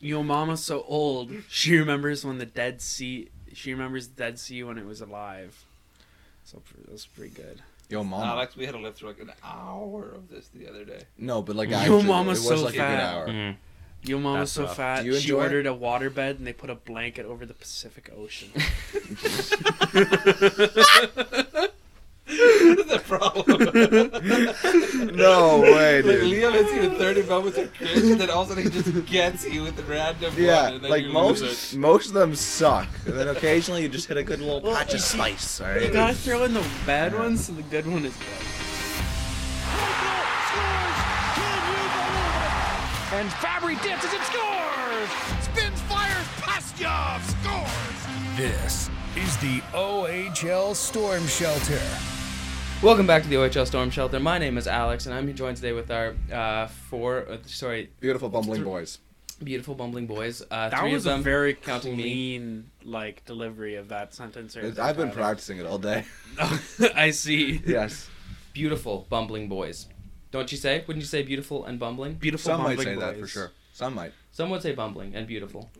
your mama's so old. She remembers when the Dead Sea. She remembers the Dead Sea when it was alive. So pr- that's pretty good. Yo, mama. Alex, we had to live through like an hour of this the other day. no, but like Yo, actually, mama's it was so like a fat. good hour. Mm. Your mama's That's so rough. fat. Do you She enjoy it? ordered a water bed and they put a blanket over the Pacific Ocean. the problem. No way, Like dude. Liam hits you in 30 moments of cringe, and then all of a sudden he just gets you with the random one. Yeah, and then like you lose most it. most of them suck, and then occasionally you just hit a good little Well, patch you of see- spice. All you gotta right. throw in the bad ones so the good one is good. And Fabry dances and scores! Spins, fires, Pastyov scores! This is the OHL Storm Shelter. Welcome back to the OHL Storm Shelter. My name is Alex, and I'm joined today with our uh, four, uh, sorry, Beautiful bumbling boys. beautiful bumbling boys. Uh, That three was of them a very counting me. clean like delivery of that sentence. Or It- I've been Tyler. practicing it all day. I see. Yes. beautiful bumbling boys. Don't you say? Wouldn't you say beautiful and bumbling? Beautiful. Some might bumbling say that for boys. sure. Some might. Some would say bumbling and beautiful.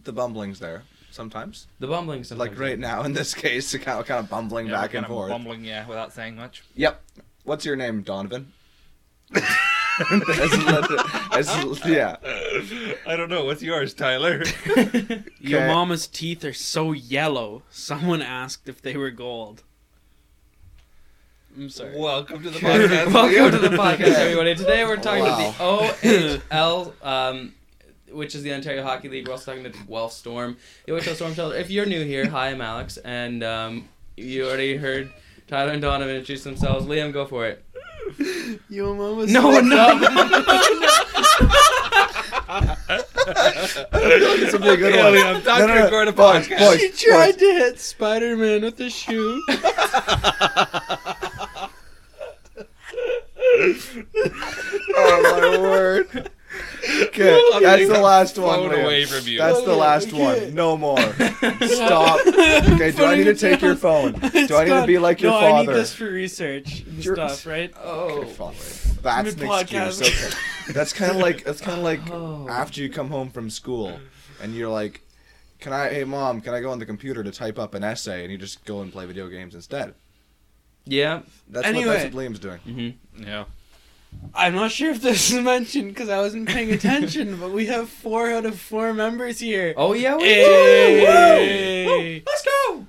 The bumbling's there sometimes. The bumbling sometimes. Like right now in this case, it kind of, kind of bumbling Yeah, back kind and of forth. Bumbling, yeah, without saying much. Yep. What's your name, Donovan? That's lit- that's- yeah. I don't know. What's yours, Tyler? Your Okay. mama's teeth are so yellow. Someone asked if they were gold. I'm sorry. Welcome to the podcast. Welcome to the podcast, everybody. Today we're talking Wow. about the OHL, um, which is the Ontario Hockey League. We're also talking about the Guelph Storm, the OHL Storm Shelter. If you're new here, hi, I'm Alex, and um, you already heard Tyler and Donovan introduce themselves. Liam, go for it. Your mama's No, no. This will be a good Okay, one. Ellie, I'm time to record a boys, podcast. boys, She tried boys. to hit Spider Man with a shoe. Oh my word. Okay, I'm that's getting the last Phone one. Liam. away from you. Oh, That's the last one. No more. Stop. Okay, do I need to take your phone? Do I need to be like your no, I need father? this for research and Your- stuff, right? Your Oh. father. That's an excuse. Mid-podcast. Okay. That's kind of like that's kind of like Oh. after you come home from school and you're like, "Can I? Hey, mom, can I go on the computer to type up an essay?" And you just go and play video games instead. Yeah. That's what Anyway. that's what Liam's doing. Yeah. I'm not sure if this is mentioned because I wasn't paying attention, but we have four out of four members here. Oh, yeah. We Hey. Let's go.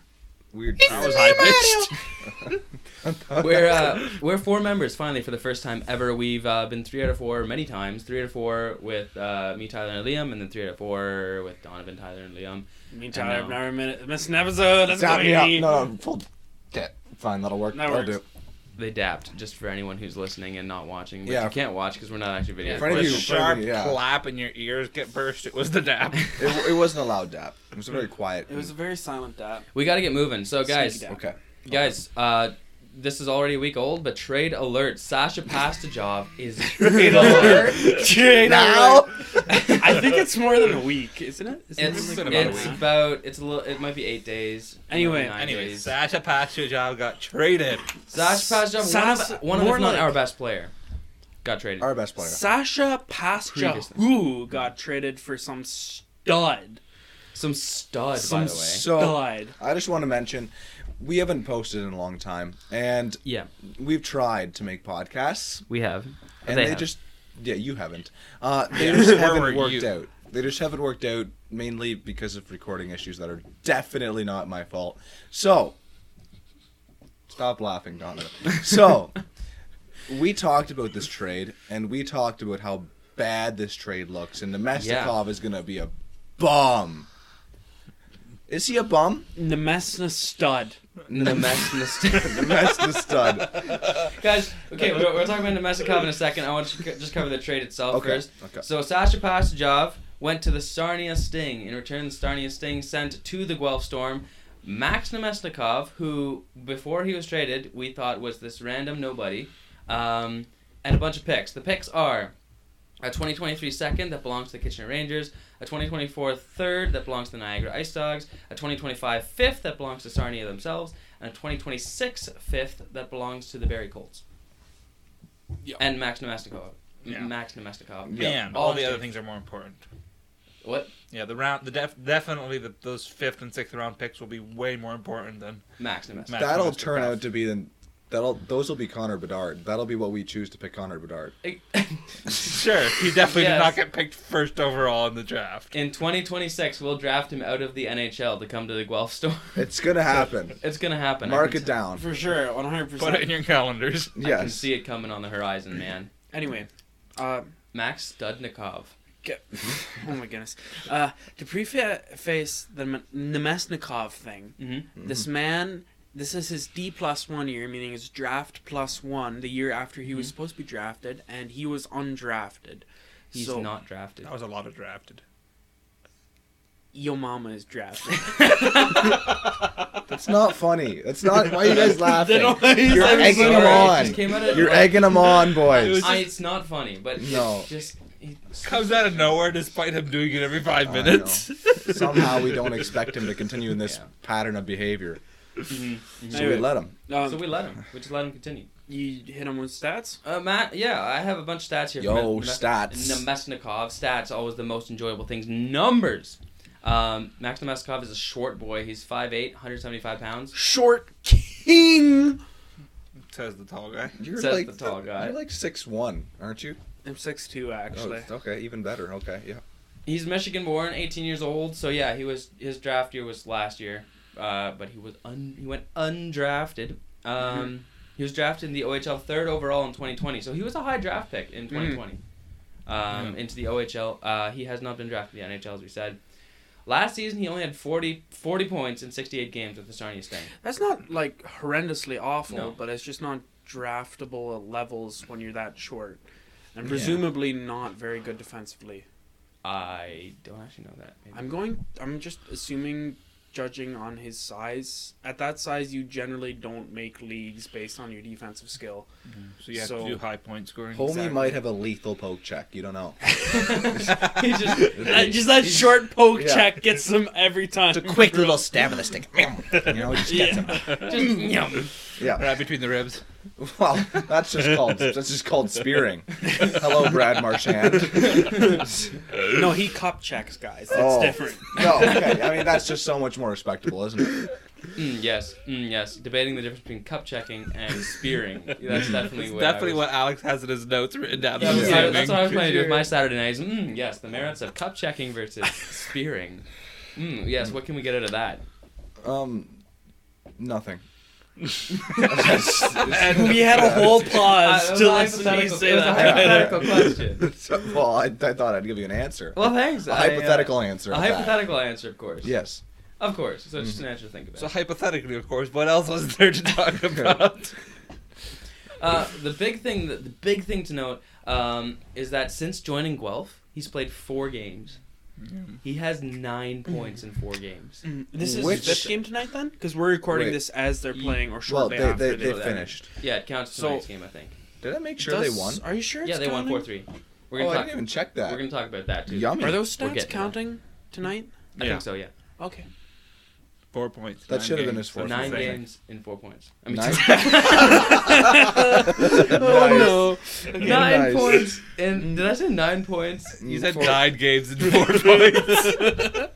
Weird. That was high pitched. We're uh, we're four members finally for the first time ever. We've uh, been three out of four many times. Three out of four with uh, me, Tyler, and Liam, and then three out of four with Donovan, Tyler, and Liam. Meantime, I I've know. never min- missed an episode. That's Zap me up. great. No, no, full. Yeah, fine, that'll work. That that'll works. do. They dapped just for anyone who's listening and not watching. But Yeah. you can't watch because we're not actually video. Yeah, for any of With you- sharp yeah. clap and your ears get burst. It was the dap. It, it wasn't a loud dap. It was a very quiet. It was a very silent dap. we got to get moving. So guys, Sneaky dap. okay. guys, uh, this is already a week old, but trade alert: Sasha Pastajov is Trade alert. Trade Now. alert. I think it's more than a week, isn't it? Isn't it It's, like been about a a it's week? about it's a little it might be eight days it might be Anyway. nine Anyway, days. Sasha Pachujov got traded. Sash Pasjov, one of, Sas- the- one of if more not like- our best player, got traded. Our best player. Sasha Previously. Pasjahu got traded for some stud. Some stud, by Some the way. So stud. I just want to mention, we haven't posted in a long time, and yeah, we've tried to make podcasts, we have. and They they, have. just yeah, you haven't. Uh, they just Where haven't were worked you? out. They just haven't worked out mainly because of recording issues that are definitely not my fault. So stop laughing, Donovan. So we talked about this trade, and we talked about how bad this trade looks, and Nemestikov is going to be a bum. Is he a bum? Nemesna stud. Nemesnikov. Nemestikov stud. Guys, okay, we're, we're talking about Nemesnikov in a second. I want to co- just cover the trade itself Okay, first. okay. So Sasha Pasjov went to the Sarnia Sting. In return, the Sarnia Sting sent to the Guelph Storm Max Nemesnikov, who before he was traded, we thought was this random nobody, um, and a bunch of picks. The picks are a 2023 second that belongs to the Kitchener Rangers, a 2024 third that belongs to the Niagara Ice Dogs, a 2025 fifth that belongs to Sarnia themselves, and a 2026 fifth that belongs to the Barry Colts. Yeah. And Max Nemesnikov. Yeah. Max Nemesnikov. Man, All all the the- other things are more important. What? Yeah, the round, the def, definitely the, those fifth and sixth round picks will be way more important than Max Nemesnikov. Max That'll Nemesnikov. turn out to be then. That'll those will be Connor Bedard. That'll be what we choose to pick Connor Bedard. sure. He definitely did Yes. not get picked first overall in the draft. In 2026, we'll draft him out of the NHL to come to the Guelph store. It's gonna happen. It's gonna happen. I Mark can it t- down. For sure, one hundred Put it in percent. your calendars. I can Yes. see it coming on the horizon, man. Anyway, uh, Max Studnikov. Get, oh my goodness. Uh, to preface the M- Nemesnikov thing, Mhm. this man, this is his D plus one year, meaning his draft plus one, the year after he Mm-hmm. was supposed to be drafted, and he was undrafted. He's so, not drafted. That was a lot of drafted. Yo mama is drafted. It's not funny. It's not. Why are you guys laughing? You're I'm egging sorry, him it just on. came out of- You're egging him on, boys. I, it's not funny, but No. it's just it's- Comes out of nowhere, despite him doing it every five minutes. Somehow we don't expect him to continue in this Yeah. pattern of behavior, so we Anyway, let him. um, Mm-hmm. so we let him. We just let him continue. you hit him with stats? Uh, Matt, yeah, I have a bunch of stats here. Yo, from Ne- stats. Nemesnikov. Stats, always the most enjoyable things. Numbers. Um, Max Nemesnikov is a short boy. He's 5'8", 175 pounds. Short king. Says the tall guy. You're Says the tall guy. You're like six one, aren't you? I'm six two Oh, actually. it's- okay, even better. Okay, yeah. He's Michigan born, 18 years old. So yeah, he was his draft year was last year, uh, but he was un, he went undrafted. Um, He was drafted in the OHL third overall in 2020. So he was a high draft pick in 2020 um, into the OHL. Uh, he has not been drafted to the NHL as we said. Last season, he only had 40, 40 points in 68 games with the Sarnia Sting. That's not like horrendously awful, No. but it's just not draftable at levels when you're that short, and presumably not very good defensively. I don't actually know that. Maybe. I'm going. I'm just assuming, judging on his size. At that size, you generally don't make leagues based on your defensive skill. So you have So- to do high point scoring. Homie Exactly. might have a lethal poke check. You don't know. he just, just that short poke Yeah. check gets him every time. quick little stab of the stick. You know, just gets him. just yum. Yeah. right between the ribs. Well, that's just called that's just called spearing. Hello, Brad Marchand. no, he cup checks guys. That's Oh. different. No, okay. I mean that's just so much more respectable, isn't it? Mm, yes, mm, yes. Debating the difference between cup checking and spearing. That's definitely what I Definitely was- what Alex has in his notes written down. That was- Yeah. I- That's what I was playing to do with my Saturday nights. Mm, yes, the merits of cup checking versus spearing. Mm, yes, what can we get out of that? Um, nothing. We had a whole pause to Uh, it was a listen to you hypothetical- say it was a that. hypothetical question. So- well, I, I thought I'd give you an answer. Well, thanks. a I, uh, hypothetical answer. A at that. hypothetical answer, of course. Yes. Of course. So it's just an answer to think about. So hypothetically, of course, what else was there to talk about? Uh, the big thing that the big thing to note um, is that since joining Guelph, he's played four games. He has nine points in four games. This is Which- this game tonight then, because we're recording Wait. this as they're playing or Well, shortly they after they, they, they do that. finished. Yeah, it counts So- tonight's game, I think. Did I make sure they Does- won? Are you sure? Yeah, it's they won counting? four three. We're Oh, gonna I talk. didn't even check that. We're gonna talk about that too. Yummy. Are those We're stats getting there. counting tonight? I Yeah. think so. Yeah. Okay. Four points. That nine should have been games, his fourth that's Nine insane. games in four points. I mean, Nine- oh no, nine Nice. Mm. points. And did I say nine points? You said Four- nine games in four points.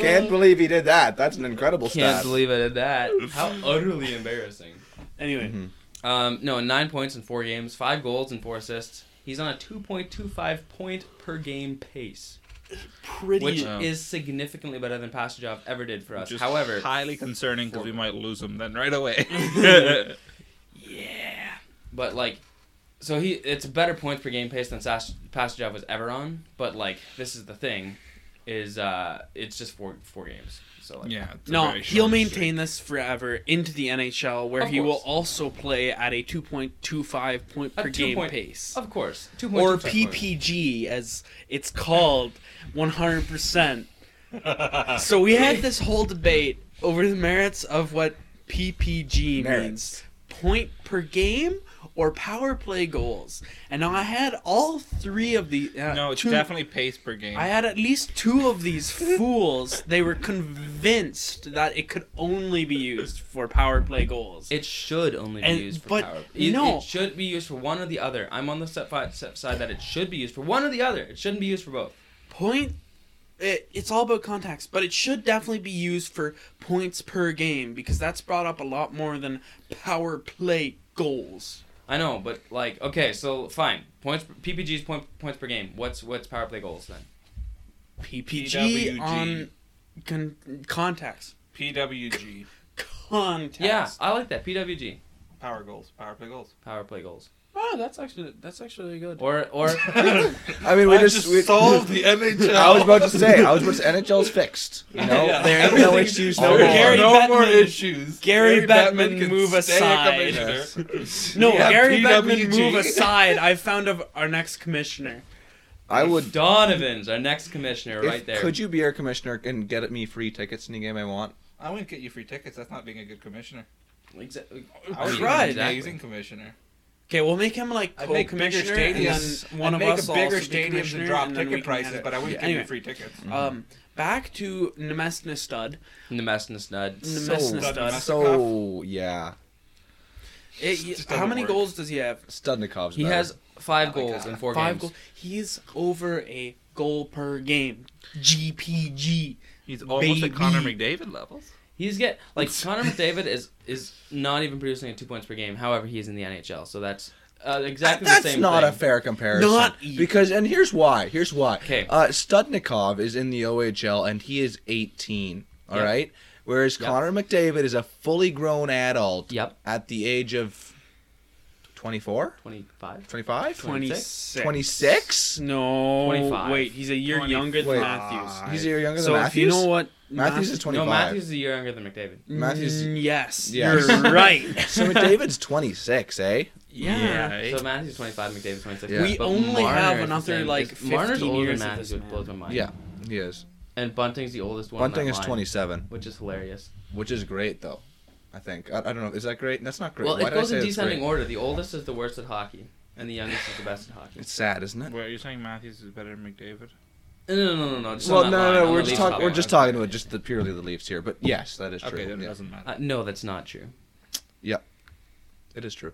Can't believe he did that. That's an incredible Can't stat. believe I did that. How utterly embarrassing. Anyway, Mm-hmm. Um, no, nine points in four games, five goals and four assists. He's on a 2.25 point per game pace, pretty. which Wow. is significantly better than Pastajov ever did for us. Just However, highly concerning because we might lose him then right away. yeah, but like, so he it's a better point per game pace than Sas- Pastajov was ever on. But like, this is the thing, is uh, it's just four four games. So like, yeah. it's a No, very he'll short maintain this forever into the NHL, where Of he will course. also play at a 2.25 point A per game two-point- pace. of course, two Or points per point. PPG, as it's called, 100%. so we had this whole debate over the merits of what PPG means Merits. point per game or power play goals. And now I had all three of the. Uh, short. No, it's two- definitely pace per game. I had at least two of these fools. They were convinced that it could only be used for power play goals. It should only be And- used for but power. It, no. it should be used for one or the other. I'm on the set, fi- set side that it should be used for one or the other. It shouldn't be used for both. point it, it's all about contacts, but it should definitely be used for points per game because that's brought up a lot more than power play goals. I know, but like, okay, so fine. Points PPG's point points per game. What's what's power play goals then? PPG PWG. on con- contacts. PWG. Contacts. Yeah, I like that. PWG Power goals. Power play goals. power play goals. Oh, that's actually that's actually good. Or or Mm-hmm. I mean, we I just, just we, solved the NHL. I was about to say, I was about to say, NHL's fixed. You know, Yeah. there ain't no issues no There more. Gary no more Bettman- issues. Gary Bettman can move stay a aside. commissioner. No, Yeah, Gary PWG. Bettman, move aside. I found of our next commissioner. I would. Donovan's our next commissioner if- right there. Could you be our commissioner and get me free tickets any game I want? I wouldn't get you free tickets. That's not being a good commissioner. Exactly. I would be Right. an amazing commissioner. Okay, we'll make him like I'd make bigger co-commissioner, and stadiums. then one I'd of make us a will also bigger be stadiums commissioner, and drop and then we ticket can have prices, it. but I wouldn't Yeah, give anyway. you free Mm-hmm. tickets. Um, back to Nemesnistad. Nemesnistad. Nemesnistad. Stud- So yeah, It- y- Just how doesn't many work. goals does he have? Studnikov's He better. has five Oh my goals God. in four Five games. goals. He's over a goal per game. GPG. He's almost at Connor Baby. McDavid levels. He's get like Connor McDavid is is not even producing two points per game. However, he's in the NHL, so that's uh, exactly That's the same. not thing. a fair comparison. Not e- because, and here's why. Here's why. 'Kay. Uh, Studnikov is in the OHL and he is 18. All right. Yep. Whereas Yep. Connor McDavid is a fully grown adult. Yep. At the age of 24, Twenty-five. 25, 26. 26. No. 25. Wait, he's a year younger than Matthews. He's a year younger So than if you Matthews. know what Matthews is Math- 25. No, Matthews is a year younger than McDavid. Matthews- Mm, yes, Yes. you're right. so McDavid's 26, eh? Yeah. So Matthews twenty-five, McDavid's twenty-six. Yeah. We But only Marner have is the another, same. like, Is- Marner's 15 older years of than Matthews, this which blows my mind. Yeah, he is. And Bunting's the oldest one. on Bunting that is line, 27, which is hilarious. which is great, though. I think. I, I don't know. Is that great? That's not great. Well, Why it did I goes say in that's descending great? order. The oldest is the worst at hockey, and the youngest is the best at hockey. It's sad, isn't it? Wait, you're saying Matthews is better than McDavid? No, no, no, no, no. Just Well, on that no, line, no, on no, we're the just, Leafs talk, line. we're just talking about just the purely the Leafs here, but yes, that is true. Okay, then it yeah. doesn't matter. Uh, no, that's not true. It is true.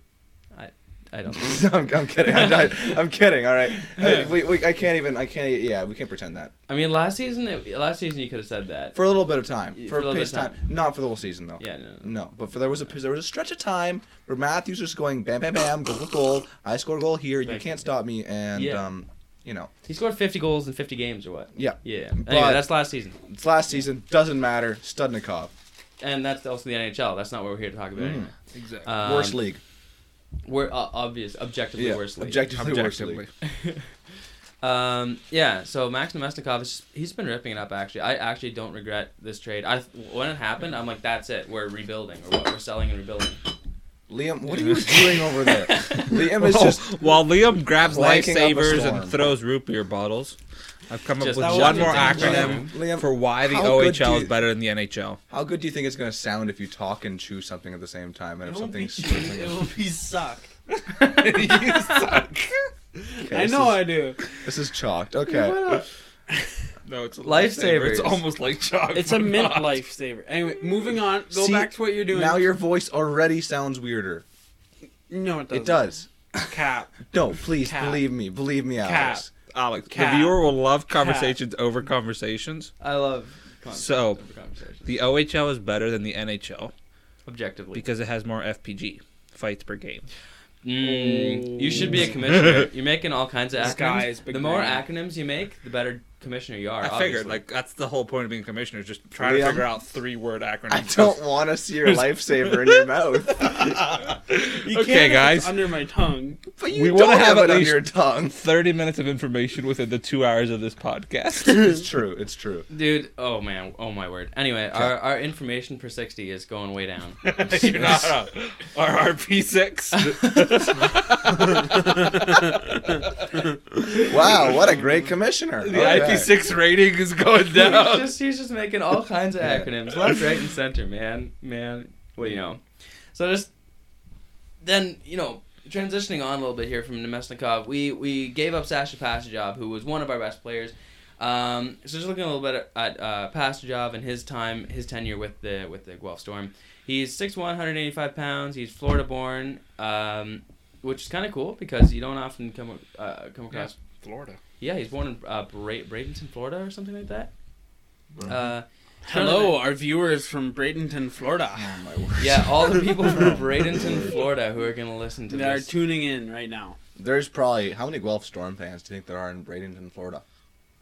I don't. I'm, I'm kidding. I'm, not- I'm kidding. All right, I, we, we, I can't even. I can't. Yeah, we can't pretend that I mean, last season, it, last season you could have said that. for a little bit of time, Yeah, for, for a a little pace bit of time. not for the whole season though. Yeah, no, no. No, but for there was a there was a stretch of time where Matthews was going bam, bam, bam, goal, goal, goal. I score a goal here. You Right. can't stop me, and Yeah. um, you know, He scored 50 goals in 50 games or what? yeah. Yeah. Anyway, But- that's last season. It's last season. Doesn't matter. Studnikov, And that's also the NHL. That's not what we're here to talk about Mm. anyway. Exactly. Um, worst league. We're uh, obvious, objectively Yeah, worst league. objectively, worst league. um, yeah, so Max Nemesnikov, is just, he's been ripping it up, actually. I actually don't regret this trade. I When it happened, I'm like, that's it. We're rebuilding. Or what? We're selling and rebuilding. Liam, what are you doing over there? Liam is just Oh, while Liam grabs Blanking up a lifesavers and storm. throws root beer bottles, I've come up Just with that one was more acronym Liam, for why the how good OHL do is you- better than the NHL. How good do you think it's going to sound if you talk and chew something at the same time? And if It will something be, squirts on it your- will be suck. you suck. Okay, I this know Is, I do. this is chalked. Okay. No, it's a Lifesavers. lifesaver. It's almost like chalk. It's a but mint not. lifesaver. Anyway, moving on. Go See, back to what you're doing. Now your voice already sounds weirder. No, it doesn't. It does. Cap. No, please Cap. believe me. Believe me, Alex. Alex, Cat. the viewer will love conversations over conversations. I love con- So, conversations. The OHL is better than the NHL Objectively. because it has more FPG fights per game. Mm, you should be a commissioner. You're making all kinds of This guy is acronyms. big The more brain. acronyms you make, the better commissioner you are. I figured, obviously. like that's the whole point of being a commissioner is just trying Liam, to figure out three word acronyms. I don't want to see your lifesaver in your mouth. You Okay, can't if guys. It's under my tongue. But you We don't wanna have, have it at under least- your tongue. Thirty minutes of information within the two hours of this podcast. It's true. It's true. Dude, oh man, oh my word. Anyway, our, our information per 60 is going way down. You're not a RRP six. Wow, what a great commissioner. The IP six rating is going he's, down. just, he's just making all kinds of acronyms, left, right, and center, man. Man, what do you know? So just then, you know, transitioning on a little bit here from Nemesnikov, we, we gave up Sasha Pasajov, who was one of our best players. Um, so just looking a little bit at uh, Pasajov and his time, his tenure with the with the Guelph Storm. He's 6'1", 185 pounds. He's Florida born, um, which is kind of cool because you don't often come uh, come across Florida. Yeah, he's born in uh, Bra- Bradenton, Florida, or something like that. Uh, Hello, our viewers from Bradenton, Oh Florida. yeah, all the people from Bradenton, Florida, who are gonna listen to They are this. tuning in right now. There's probably how many Guelph Storm fans do you think there are in Bradenton, Florida?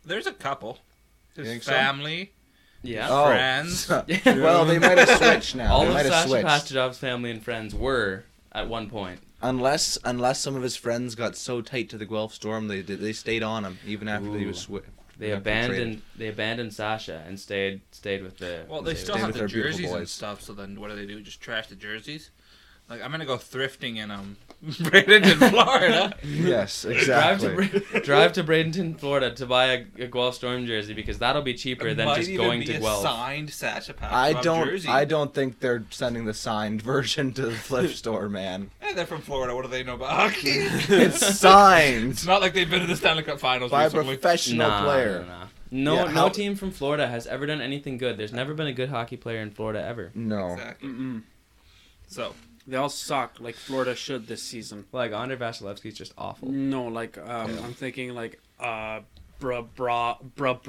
There's a couple. think His so? family. yeah. Oh, Friends. well, they might have switched now. all they of might have Sasha switched. Pastajov's family and friends were at one point. Unless, unless some of his friends got so tight to the Guelph Storm, they did, they stayed on him even after he was swi- They after traded. abandoned they abandoned Sasha and stayed stayed with the. Well, they stayed still with- have with the their beautiful jerseys and boys. stuff. So then, what do they do? Just trash the jerseys? Like I'm gonna go thrifting in um Bradenton, Florida. Yes, Drive to, exactly. Bra- drive to Bradenton, Florida, to buy a, a Guelph Storm jersey because that'll be cheaper than Might just even going be to a Guelph. Signed Sasha Pasternak I don't. Jersey. I don't think they're sending the signed version to the flip store, man. Hey, they're from Florida. What do they know about hockey? It's signed it's not like they've been to the Stanley Cup Finals by a recently. professional Nah, player. nah, nah. No, Yeah, no how- team from Florida has ever done anything good. There's never been a good hockey player in Florida ever. No, Exactly. Mm-mm. So They all suck, like Florida should this season. Like Andre Vasilevsky's just awful. No, like um, I'm thinking like uh, Bra Bra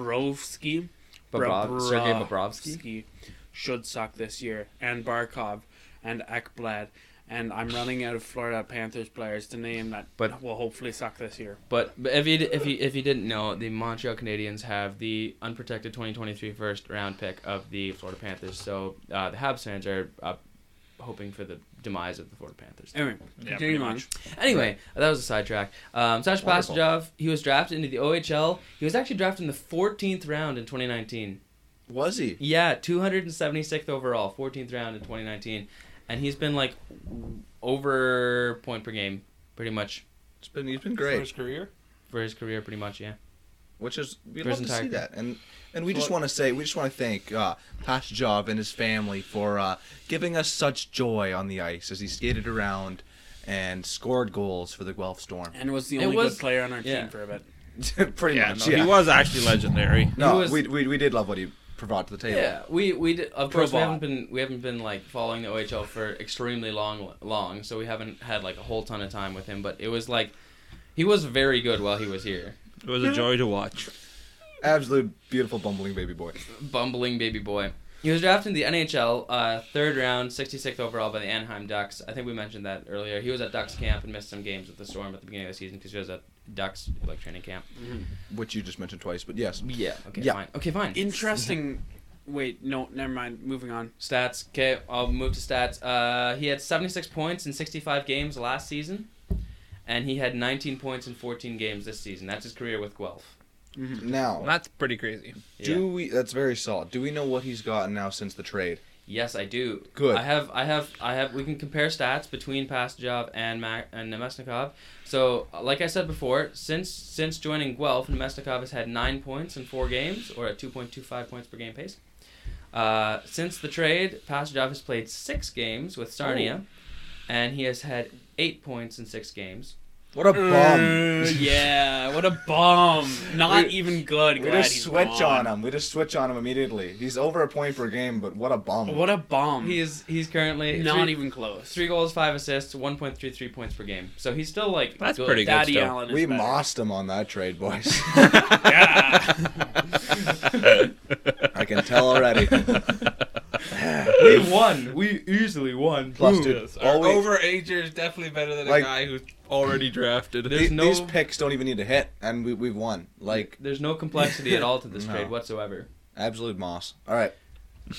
Brabrovsky, Bobrov- Bra- Sergei Bra- Bobrovsky? Ski should suck this year, and Barkov, and Ekblad, and I'm running out of Florida Panthers players to name that, But- will hopefully suck this year. But, but if you if you if you didn't know, the Montreal Canadiens have the unprotected 2023 first round pick of the Florida Panthers. So uh, the Habs fans are uh, hoping for the demise of the Florida Panthers. Anyway, continuing on. Anyway, that was a sidetrack. Um, Sasha Wonderful. Pastajov, he was drafted into the OHL. He was actually drafted in the 14th round in 2019. was he? Yeah, 276th overall, 14th round in 2019, and he's been like over point per game pretty much It's been. He's been great. First career. for his career, pretty much. Yeah. which is we For his love to see entire- that and and we just want to say we just want to thank uh, Pat Job and his family for uh, giving us such joy on the ice as he skated around and scored goals for the Guelph Storm. And was the It only was- good player on our yeah. team for a bit. Pretty Yeah, much, no, yeah. he was actually legendary. no, he was- we, we we did love what he brought to the table. Yeah, we we d- of Pro course we ball. haven't been we haven't been like following the OHL for extremely long long, so we haven't had like a whole ton of time with him. But it was like he was very good while he was here. It was a joy to watch. Absolute beautiful bumbling baby boy. bumbling baby boy. He was drafted in the NHL, uh, third round, 66th overall by the Anaheim Ducks. I think we mentioned that earlier. He was at Ducks camp and missed some games with the Storm at the beginning of the season because he was at Ducks like training camp. Which you just mentioned twice, but yes. Yeah. Okay. Yeah. Fine. Okay. Fine. Interesting. Wait, no, never mind. Moving on. Stats. Okay, I'll move to stats. Uh, he had 76 points in 65 games last season, and he had 19 points in 14 games this season. That's his career with Guelph. Now That's pretty crazy. do we that's very solid. Do we know what he's gotten now since the trade? Yes, I do. Good. I have, I have, I have. We can compare stats between Pastajov and Mac and Nemesnikov. So, uh, like I said before, since since joining Guelph, Nemesnikov has had nine points in four games, or at two point two five points per game pace. Uh, since the trade, Pastajov has played six games with Sarnia, and he has had eight points in six games. What a bum. Mm. Uh, yeah, what a bomb. Not even good. We Glad just he's switch gone. on him. We just switch on him immediately. He's over a point per game, but what a bum. What a bomb. He is he's currently Um, not three, even close. three goals, five assists, one point three three points per game. So he's still like That's pretty good Daddy still. Allen is we better. mossed him on that trade, boys. Yeah. I can tell already. We won. We easily won. Plus, dude, all we- Overager is definitely better than Like- a guy who's already drafted. there's the- no- these picks don't even need to hit, and we, we've won. Like There's no complexity at all to this No. trade whatsoever. absolute moss. All right,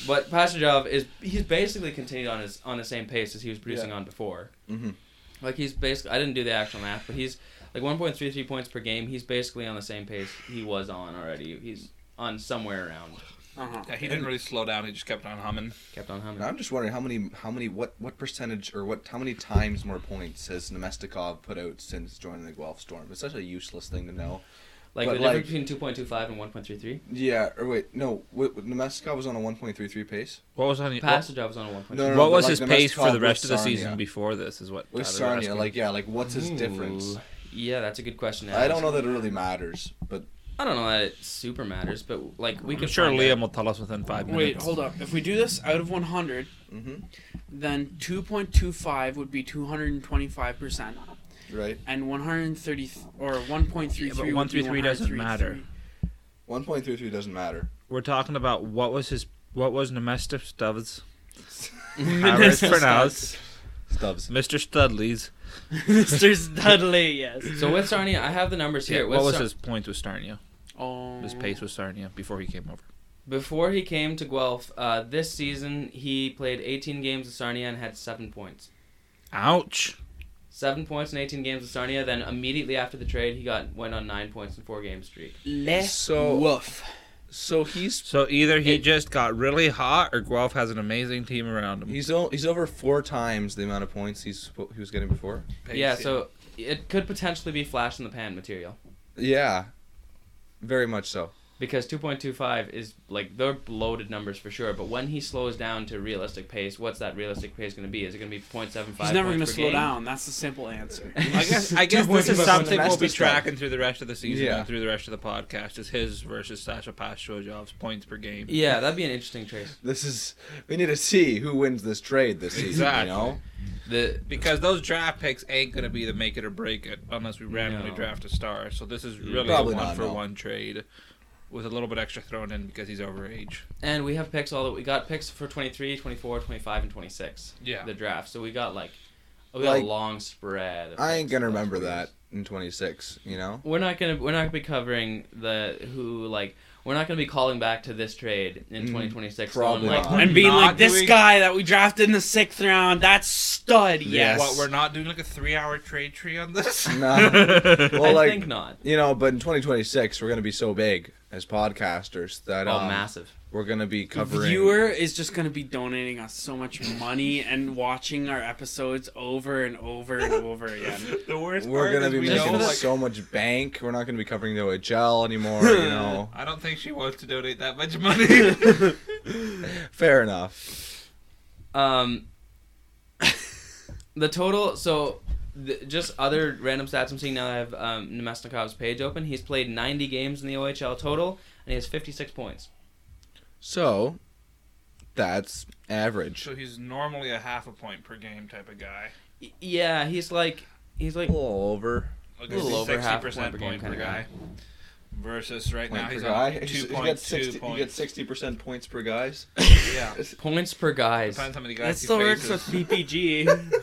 But Pasajov is he's basically continued on his on the same pace as he was producing on before. Mhm. Like he's basically I didn't do the actual math, but he's like 1.33 points per game. He's basically on the same pace he was on already. He's on somewhere around. uh-huh. Yeah, he didn't really slow down. He just kept on humming. Kept on now humming. I'm just wondering how many, how many, what, what percentage or what, how many times more points has Nemestikov put out since joining the Guelph Storm? It's such a useless thing to know. Like but the like- difference between 2.25 and 1.33. Yeah, or wait, no, wait, Nemestikov was on a 1.33 pace. What was on his, Pasajov was on a 1.33. No, no, what but, was like, his Nemestikov pace for the with rest of the Sarnia. season before this? Is what With Tyler was Sarnia, asking. like yeah, like what's his difference? Ooh. Yeah, that's a good question. to I ask. don't know that it really matters, but I don't know that it super matters, but like we I'm could sure find Liam out. will tell us within five minutes. Wait, hold up. If we do this out of 100, Mhm. then 2.25 would be 225%. right? and 130 or 1.33 Yeah, but would be 133 doesn't matter. 1.33 doesn't matter. We're talking about what was his what was Nemestif Stubbs. How it's pronounced. Stubbs. Mr. Studley's. 133. Mr. Dudley, yes. So with Sarnia, I have the numbers here. Yeah, With what was Sar- his point with Starnia? Oh, His pace with Sarnia before he came over. Before he came to Guelph, uh, this season he played 18 games with Sarnia and had seven points. Ouch. Seven points in 18 games with Sarnia. Then immediately after the trade, he got went on nine points in four game streak. Le So- woof. So he's So either he It- just got really hot or Guelph has an amazing team around him. he's o- he's over four times the amount of points he's suppo- he was getting before. yeah, so it could potentially be flash in the pan material Yeah, very much so. because 2.25 is like they're bloated numbers for sure. But when he slows down to realistic pace, what's that realistic pace going to be? Is it going to be 0.75? He's never going to slow down. That's the simple answer. I guess I guess this is Two something points we'll be versus Stubbs. tracking through the rest of the season Yeah. and through the rest of the podcast is his versus Sasha Pastojov's points per game. Yeah, that'd be an interesting trace. This is we need to see who wins this trade this season. Exactly. You know, The Because those draft picks ain't gonna be the make it or break it unless we randomly No. draft a star. So this is really Mm-hmm. Probably a not, one for no. one trade with a little bit extra thrown in because he's overage. And we have picks all the we got picks for 23, 24, 25 and 26. Yeah. The draft. So we got like we got Like, a long spread. of I ain't picks gonna the last remember four years. that in 26. You know, We're not going to we're not going to be covering the who like we're not going to be calling back to this trade in 2026. Mm, probably going, like, not. and being Not like this doing- guy that we drafted in the sixth round, that's stud. Yes. What we're not doing like a three hour trade tree on this? No. well, I like think not. you know, but in 2026 we're gonna be so big as podcasters that Oh, um, massive. we're gonna be covering. Viewer is just going to be donating us so much money and watching our episodes over and over and over again. the worst We're gonna be we making know, like- so much bank. We're not gonna be covering the OHL anymore. you know, I don't think she wants to donate that much money. fair enough. Um the total so th- just other random stats I'm seeing now that I have um, Nemesnikov's page open. He's played 90 games in the OHL total, and he has 56 points. So that's average. so he's normally a half a point per game type of guy. Y- yeah, he's like he's like A little over. Like A little over half a point per game point per kinda guy. guy. Versus right Point now per he's guy. on He's- two he's got point 60 two he points. sixty percent points per guys. Yeah. points per guys. Depends how many That guys he still works with faces. PPG.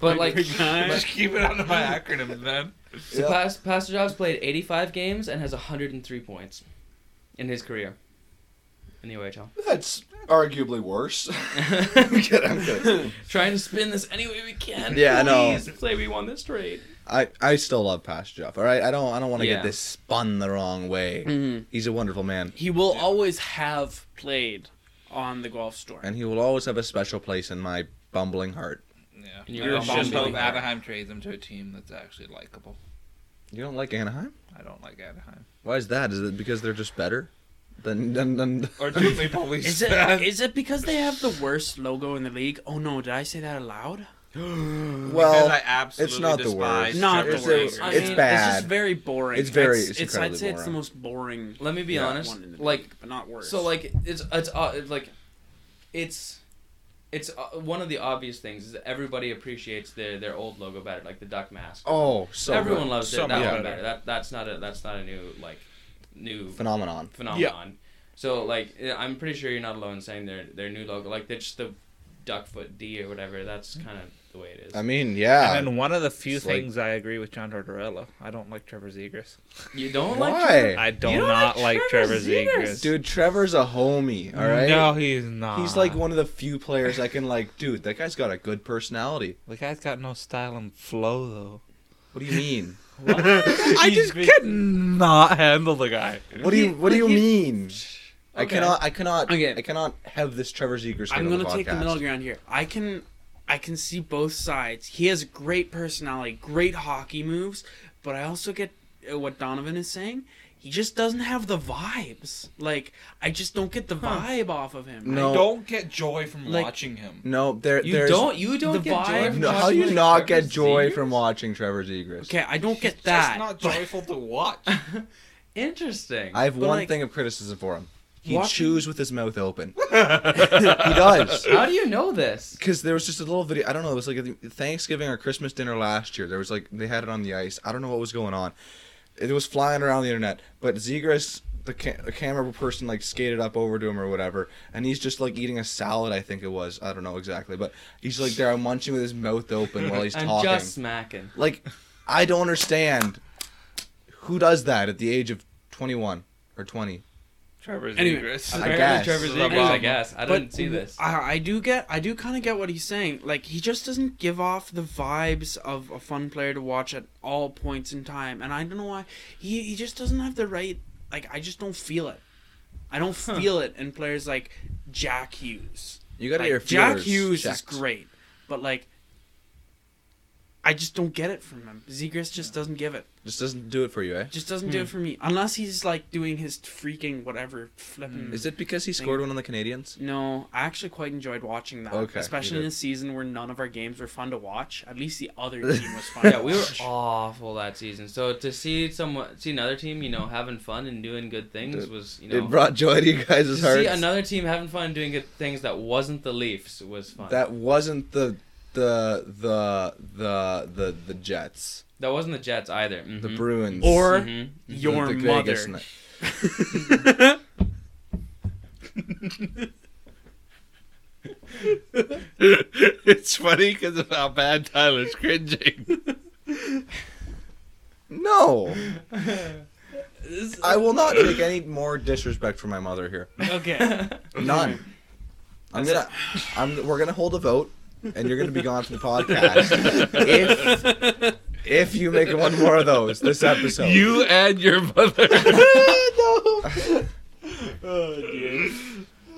But like Good guy. but Just keep it under my acronym, man. Yeah. Pas- Pastor Jobs played 85 games and has 103 points in his career in the OHL. That's arguably worse. I'm kidding, I'm kidding. Trying to spin this any way we can. Yeah, I know. please. Say we won this trade. I I still love Pashchev. All right, I don't I don't want to Yeah. get this spun the wrong way. Mm. He's a wonderful man, Mm-hmm. He will always have played on the golf store. and he will always have a special place in my bumbling heart. Yeah. And You you're just hope bumbling. Anaheim trades him to a team that's actually likable. You don't like Anaheim? I don't like Anaheim. Why is that? Is it because they're just better? Than than than. Or Chipley Police. Is it is it because they have the worst logo in the league? Oh no, did I say that aloud? because I Well, absolutely it's not the despise worst. Not the Trevor worst. Zegers. I It's mean, It's bad. just very boring. It's very- It's, it's it's I'd incredibly say it's the boring. most boring. Let me be Yeah, honest. one in the Like league, but not worse. so, like it's it's uh, it's like it's it's uh, one of the obvious things is that everybody appreciates their their old logo better, like the duck mask. oh, so Everyone good. loves it. So that much one better. better. That that's not a that's not a new like new phenomenon. phenomenon. So like I- I'm pretty sure you're not alone in saying their their new logo like they're just the duck foot D or whatever. That's Mm-hmm. kind of the way it is. I mean, yeah. And one of the few It's like- things I agree with John Tortorella, I don't like Trevor Zegers. you don't like Why? I do You don't not like like Trevor Trevor Zegers. Zegers. Dude, Trevor's a homie, all right? No, he's not. He's like one of the few players I can like, dude, that guy's got a good personality. The guy's got no style and flow, though. What do you mean? I just cannot handle the guy. What do you what do you mean? I Okay. cannot I cannot Okay. I cannot have this Trevor Zegers. I'm going to take the middle ground here. I can I can see both sides. He has great personality, great hockey moves, but I also get uh, what Donovan is saying. He just doesn't have the vibes. Like I just don't get the vibe off of him. No. I don't get joy from Like- watching him. No, there you there's don't you don't the get joy vibe- from no, how watching, do you like, not Trevor get joy Zegers? from watching Trevor Zegers? Okay, I don't get It's that. not but- joyful to watch. Interesting. I have But, one like- thing of criticism for him. He Walking- chews with his mouth open. he does. How do you know this? Because there was just a little video. I don't know. It was like at the Thanksgiving or Christmas dinner last year. There was like they had it on the ice. I don't know what was going on. It was flying around the internet. But Zegras, the, ca- the camera person, like skated up over to him or whatever, and he's just like eating a salad. I think it was. I don't know exactly, but he's like there munching with his mouth open while he's I'm talking. just smacking. Like, I don't understand who does that at the age of 21 or 20. Trevor's Anyway, Zegras. I Apparently guess. Trevor This is Zegras, a I problem. guess. I But didn't see this. I, I do get, I do kind of get what he's saying. Like he just doesn't give off the vibes of a fun player to watch at all points in time, and I don't know why. He he just doesn't have the right. Like I just don't feel it. I don't feel it in players like Jack Hughes. You gotta Like, get your Jack feelers Hughes is checked. great, but like, I just don't get it from him. Zegras just doesn't give it. Just doesn't do it for you, eh? Just doesn't Hmm. do it for me. Unless he's like doing his freaking whatever flipping. Hmm. Is it because he scored one on the Canadians? No, I actually quite enjoyed watching that, Okay, you especially in did. a season where none of our games were fun to watch. At least the other team was fun. yeah, to we were watch. awful that season. So to see someone, see another team, you know, having fun and doing good things was, you know, It brought joy to you guys' to hearts. see another team having fun and doing good things that wasn't the Leafs was fun. That, That wasn't the the the the the the Jets, wasn't the Jets either. the Mhm. Bruins, Mm-hmm. Or Mhm. your the mother. Vegas Kni- it's funny because of how bad Tyler's cringing. No, I will not take any more disrespect from my mother here. okay. None. I'm gonna. I'm. We're gonna hold a vote, and you're gonna be gone from the podcast if if you make one more of those this episode. You and your mother.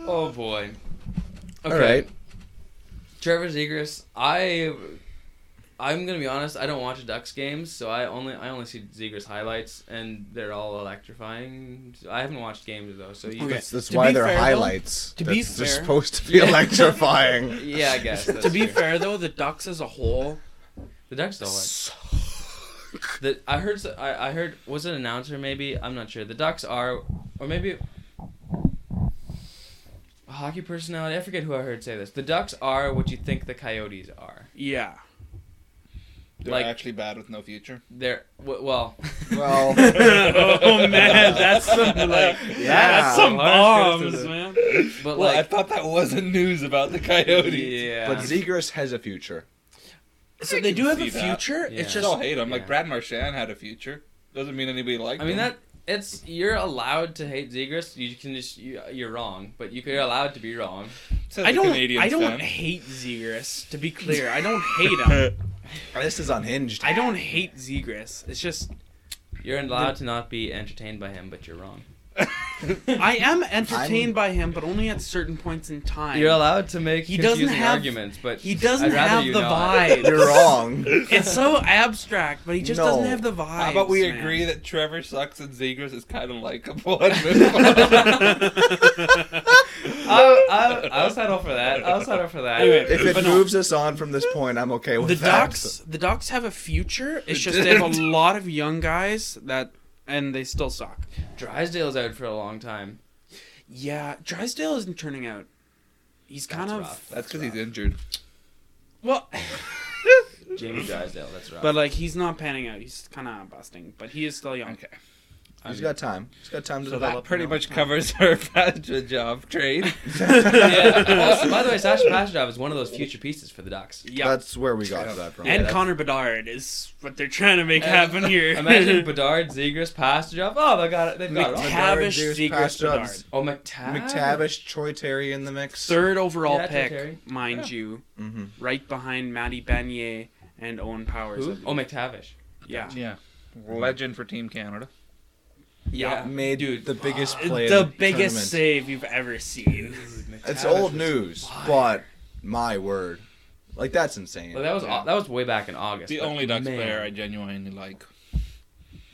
Oh boy. Okay. all right? Trevor Zegers, I I'm gonna be honest, I don't watch Ducks games, so I only I only see Zegers highlights and they're all electrifying. I haven't watched games though, so you Okay. That's, that's To why be they're fair, though- highlights. to be That's- they're fair- supposed to be electrifying. Yeah, I guess. to be fair though, the Ducks as a whole, the Ducks don't like. The, I heard s- I, I heard was it an announcer maybe I'm not sure. The Ducks are or maybe a hockey personality. I forget who I heard say this. The Ducks are what you think the Coyotes are. yeah, They're Like- actually bad with no future. They're w- well. Well, oh man, that's some like that's some Harsh bombs, criticism. man. But well, I like, thought that wasn't news about the Coyotes. yeah. but Zegers has a future. So they do have a see that. future. Yeah. It's Just just all hate him. yeah. Like Brad Marchand had a future. Doesn't mean anybody liked I him. mean that it's you're allowed to hate Zegers. You can just you, you're wrong, but you, you're allowed to be wrong. Says I the don't Canadiens I don't fan. hate Zegras. To be clear, I don't hate him. This is unhinged. I don't hate Zegras. It's just You're allowed to not be entertained by him, but you're wrong. I am entertained by him, but only at certain points in time. You're allowed to make He doesn't confusing have- arguments, but He doesn't I'd rather have you the not. vibe. You're wrong. It's so abstract, but he just No. doesn't have the vibe. How about we agree that Trevor sucks and Zegers is kind of likable and move on? I'll, I'll, I'll settle for that. I'll settle for that. If it moves us on from this point, I'm okay with the that. Ducks? The Ducks have a future. It's just they have a lot of young guys that, and they still suck. Drysdale's out for a long time. Yeah, Drysdale isn't turning out. He's kind That's of rough. That's because he's injured. well, Jamie Drysdale, that's right. but like he's not panning out. He's kind of busting, but he is still young. Okay. He's got time. He's got time to So develop. that pretty you know? much covers our Padua job trade. yeah. Also, by the way, Sasha Pashadov is one of those future pieces for the Ducks. Yeah, That's where we got that from. and that's- Connor Bedard is what they're trying to make And happen here. Imagine Bedard, Zegers, Pashadov. Oh, they got it. They've got it. all. McTavish, Bedard, Zegras, Bedard. Pasternak, Oh, McTavish. McTavish, Troy Terry in the mix. Third overall Yeah, pick, Terry. mind you, Mm-hmm. right behind Matty Benier and Owen Powers. I Who? believe. Oh, McTavish. Yeah. yeah. Legend for Team Canada. Yeah. Made the biggest play. Uh, The in biggest tournament. save you've ever seen. It's old news, but my word, like that's insane. Well, that was au- that was way back in August. The but only Ducks man, player I genuinely like.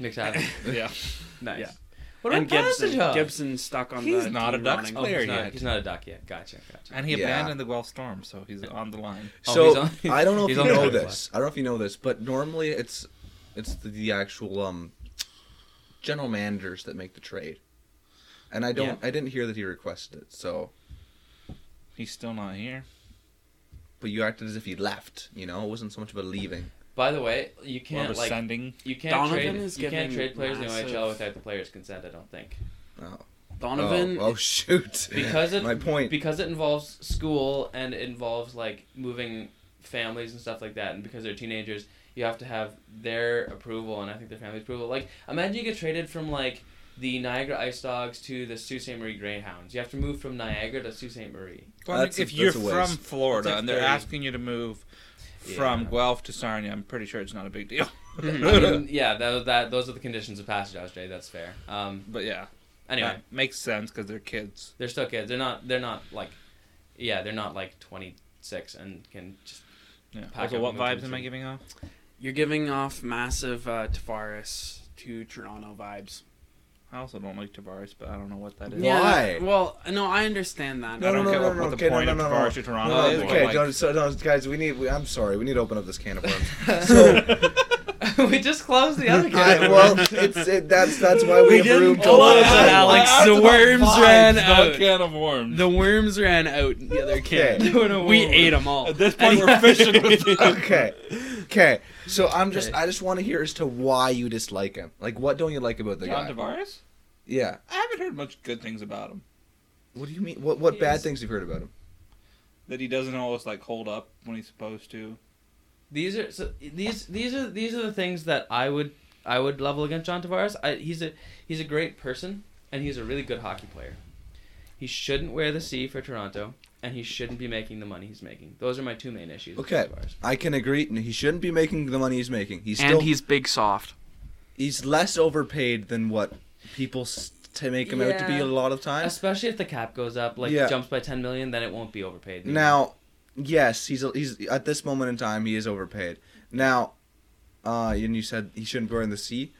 McTavish. Yeah. Nice. Yeah. What And about Gibson, Pasternak? Gibson stuck on He's the not a team Ducks running. Oh, player. he's not, yet. he's not a duck yet. Gotcha. Gotcha. And he Yeah. abandoned the Guelph Storm, so he's on the line. Oh, So he's on- I don't know if he's you on the know Ottawa. this. I don't know if you know this, but normally it's it's the, the actual um general managers that make the trade. And I don't I didn't hear that he requested it. So, He's still not here. but you acted as if he left, you know? It wasn't so much of a leaving. By the way, you Or can't like sending. you can't Donovan trade is you can't giving trade players in the massive- OHL without the players' consent. I don't think Oh. Donovan. Oh, oh, shoot. because it my point because it involves school and it involves like moving families and stuff like that, and because they're teenagers, you have to have their approval and I think their family's approval. Like imagine you get traded from like the Niagara Ice Dogs to the Sault Ste. Marie Greyhounds. You have to move from Niagara to Sault Ste. Marie. Well, That's a- if you're that's a from waste. Florida It's like and they're 30. asking you to move from Yeah. Guelph to Sarnia, I'm pretty sure it's not a big deal. I mean, yeah, that, that those are the conditions of passage, I was Jay. That's fair. Um, but yeah, anyway, that makes sense because they're kids. they're still kids. They're not. They're not like. Yeah, they're not like twenty six and can just. Yeah. Pack Also, up what and move to vibes am I Missouri. giving off? You're giving off massive uh, Tavares to Toronto vibes. I also don't like Tavares, but I don't know what that is. Yeah. Why? well, no, I understand that. No, I don't no, get no, what, no, what the okay, no, point no, of no, no. Tavares to Toronto No, is. but, Oh, okay, like, don't, so, no, guys, we need. We, I'm sorry, we need to open up this can of worms. So, we just closed the other I, guy. well, it's it, that's that's why we, have room to close open it, up. Alex. After The worms vibes, ran the out. can of worms. The worms ran out in the other can. Okay. We ate them all. At this point, we're fishing with it. Okay, okay. So I'm just, I just want to hear as to why you dislike him. Like, what don't you like about the John guy? Tavares? Yeah. I haven't heard much good things about him. What do you mean? What what He bad is- things you've heard about him? That he doesn't always like hold up when he's supposed to. These are so these these are these are the things that I would I would level against John Tavares. I, he's a he's a great person and he's a really good hockey player. He shouldn't wear the C for Toronto and he shouldn't be making the money he's making. Those are my two main issues. with Okay, John Tavares. I can agree. n- He shouldn't be making the money he's making. He's still And he's big soft. he's less overpaid than what people s- to make him out to be a Yeah. lot of times. Especially if the cap goes up, like Yeah. jumps by ten million, then it won't be overpaid. Now, yes, he's he's at this moment in time he is overpaid. Now, uh, and you said he shouldn't be in the sea.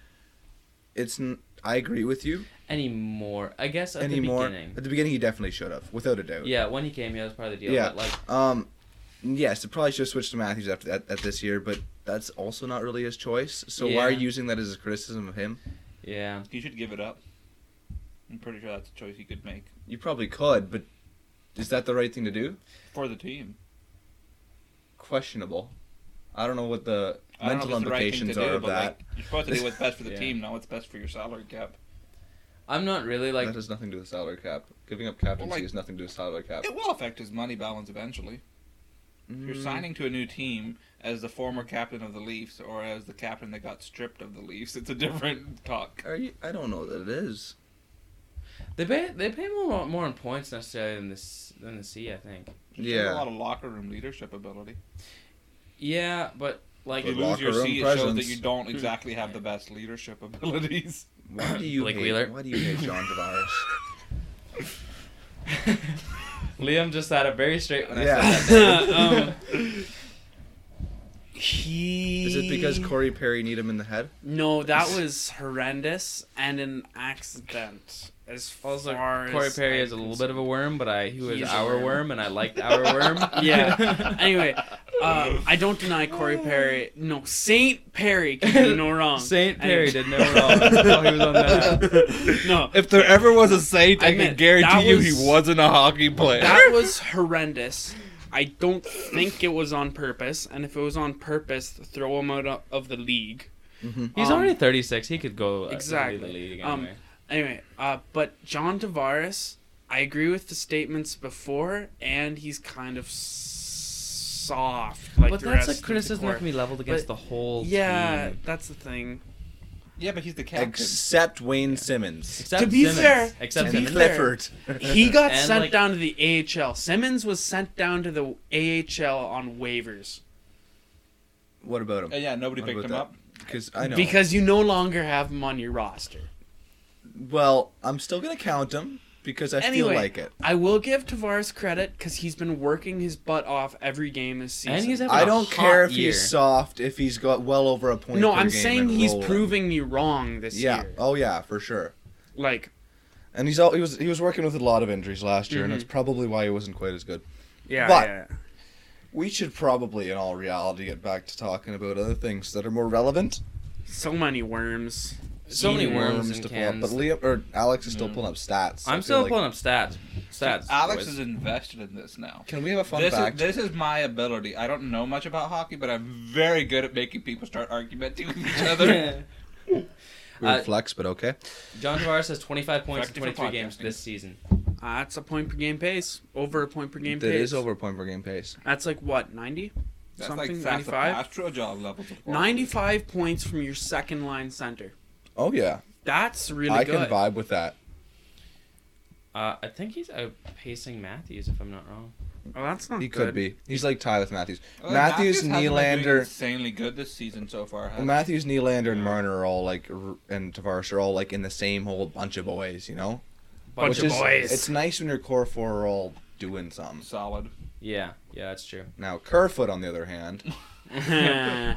It's n- I agree with you anymore. I guess at anymore. the beginning. At the beginning, he definitely should have, without a doubt. Yeah, when he came, yeah, that was part of the deal. Yeah. But like Um, yes, it probably should have switched to Matthews after that at this year, but that's also not really his choice. So why are Yeah. you using that as a criticism of him? yeah. He should give it up. I'm pretty sure that's a choice he could make You probably could, but is that the right thing to do? for the team. Questionable. I don't know what the I don't know if mental it's the right thing to implications do, are of but, that. Like, you're supposed to do what's best for the Yeah. team, not what's best for your salary cap. I'm not really that like has nothing to do with salary cap. Giving up captaincy Well, like- has nothing to do with salary cap. Mm, It will affect his money balance eventually. If you're signing to a new team as the former captain of the Leafs or as the captain that got stripped of the Leafs, it's a different talk. Are you, I don't know that it is. they pay they pay more more in points necessarily than this than the C. I think. There's a lot Yeah. of locker room leadership ability. Yeah, but like you But lose your locker room seat, it shows that presence. you don't exactly have the best leadership abilities. Why do you Blake hate, Wheeler. Why do you hate John Tavares? Liam just sat up very straight when I said yeah. um, he. Is it because Corey Perry need him in the head? No, that was horrendous and an accident. As far Also, as Corey Perry I'm is a little bit of a worm, but I he was Um, He's a our worm. worm. and I liked our worm. Yeah. Anyway, uh, I don't deny Corey Perry. No, Saint Perry can do no wrong. Saint Perry Anyway. did no wrong. Oh, he was on that. No, If there ever was a saint, I I can meant, guarantee that you he was- wasn't a hockey player. that was horrendous. I don't think it was on purpose, and if it was on purpose, throw him out o- of the league. He's Um, already 36. He could go uh, exactly. lead the league Um, anyway. Anyway, uh, but John Tavares, I agree with the statements before, and he's kind of s- soft. Like but the that's rest a criticism of that the can be core. leveled against the whole Yeah, team. that's the thing. Yeah, but he's the captain. Except Wayne Simmons. Except To be Simmons. fair- except to be Simmons. fair- He Uh-huh. got And, sent like- down to the AHL. Simmons was sent down to the AHL on waivers What about Uh, him? yeah, nobody What picked about him that? up. Because I know. because you no longer have him on your roster. well, I'm still gonna count him because I Anyway, feel like it. I will give Tavares credit because he's been working his butt off every game this season. And he's having I a don't hot care if year. he's soft, if he's got well over a point. no, per I'm game saying and he's rolling. proving me wrong this Yeah. year. Oh yeah, for sure. Like, And he's all, he was he was working with a lot of injuries last year, and that's probably why he wasn't quite as good. yeah, But- yeah. We should probably, in all reality, get back to talking about other things that are more relevant. so many worms. so many Eating worms and to pull up. cans. But Liam or Alex is still No. pulling up stats. I I'm feel still like- pulling up stats. Stats. Alex boys. is invested in this now. Can we have a fun this fact? is this is my ability. I don't know much about hockey, but I'm very good at making people start argumenting with each other. Weird uh, flex, but okay. John Tavares has 25 points in Effective for 23 games podcasting. this season. Uh, that's a point per game pace. Over a point per game That pace. is over point per game pace. That's like what, 90? That's Something? like 95? Astro job levels. of quality. 95 points from your second line center. Oh yeah, That's really I good. can vibe with that. Uh, I think he's outpacing Matthews, if I'm not wrong. Oh, that's not He good. could be. He's like tied with Matthews. Well, Matthews, hasn't been doing Nylander. insanely good this season so far. Well, has he? Matthews, Nylander, and Marner are all like, r- and Tavares are all like in the same whole bunch of boys, you know. Bunch Which of is, boys. boys. It's nice when your core four are all doing something. solid. Yeah, yeah, that's true. Now Kerfoot, on the other hand,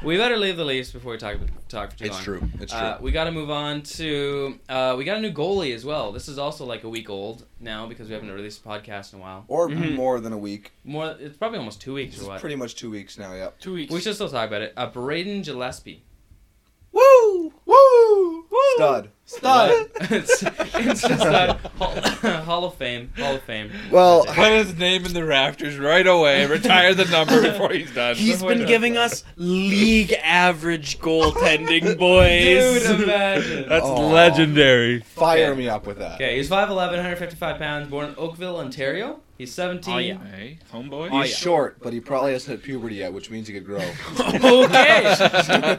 We better leave the Leafs before we talk talk for too long. it's true. It's true. Uh, we got to move on to uh, we got a new goalie as well. This is also like a week old now because we haven't released a podcast in a while. or more than a week. More, it's probably almost two weeks or It's mm-hmm. what. pretty much two weeks now. Yep. Two weeks. We should still talk about it. Uh, Braden Gillespie. Woo! Woo! Woo! Stud. Stud. it's, it's just a hall, hall of Fame. Hall of Fame. Well, That's it. Put his name in the rafters right away. Retire the number before he's done. He's been giving us league average goaltending, boys. Dude, imagine. That's Aw. legendary. fire Okay. me up with that. Okay, he's 5'11", 155 pounds, born in Oakville, Ontario. He's 17. Oh, yeah. Hey, homeboy. Oh, He's short, but he probably hasn't hit puberty yet, which means he could grow. okay.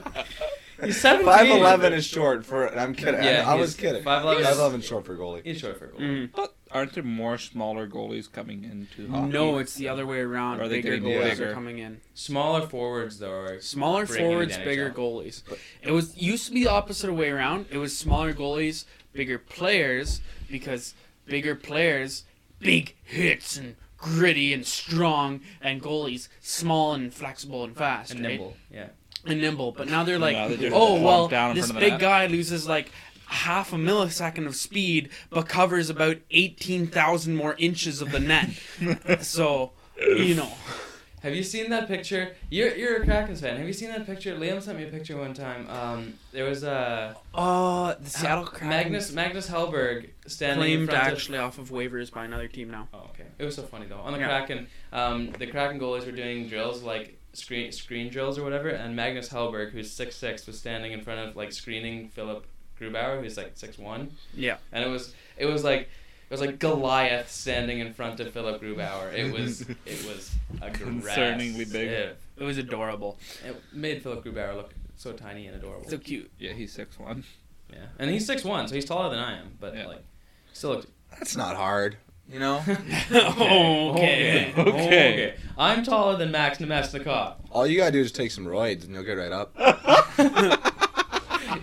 he's 17. Five eleven is short for. I'm kidding. Yeah, I, I he's- was kidding. 5'11" is- Five eleven short for a goalie. He's short for a goalie. Mm. But aren't there more smaller goalies coming into hockey? No, it's the other way around. Are they bigger getting goalies bigger? are coming in. Smaller forwards, though, are Smaller breaking forwards, the bigger NHL. goalies. It was used to be the opposite way around. It was smaller goalies, bigger players, because bigger players, big hits and gritty and strong, and goalies small and flexible and fast and right? nimble. Yeah. and nimble. But now they're like, No, they're just oh clumped well, down in this front of the big net." guy loses like half a millisecond of speed, but covers about eighteen thousand more inches of the net. so, you know, Have you seen that picture? You're, you're a Krakens fan. Have you seen that picture? Liam sent me a picture one time. Um, there was a uh, the Seattle Kraken Magnus Magnus Hellberg standing in claimed front of- actually off of waivers by another team now. Oh, okay. It was so funny though. On the Yeah. Kraken, um, the Kraken goalies were doing drills like screen screen drills or whatever, and Magnus Hellberg, who's six six, was standing in front of like screening Philip Grubauer, who's like six one, Yeah, and it was it was like it was like Goliath standing in front of Philip Grubauer. It was it was Concerningly big. aggressive. it was adorable. It made Philip Grubauer look so tiny and adorable. So cute. Yeah, he's six one. Yeah, and he's six one, so he's taller than I am, but Yeah. like still looked That's not hard. You know, okay. Okay. I'm taller than Max Nemesnikov. all you gotta do is take some roids, and you'll get right up.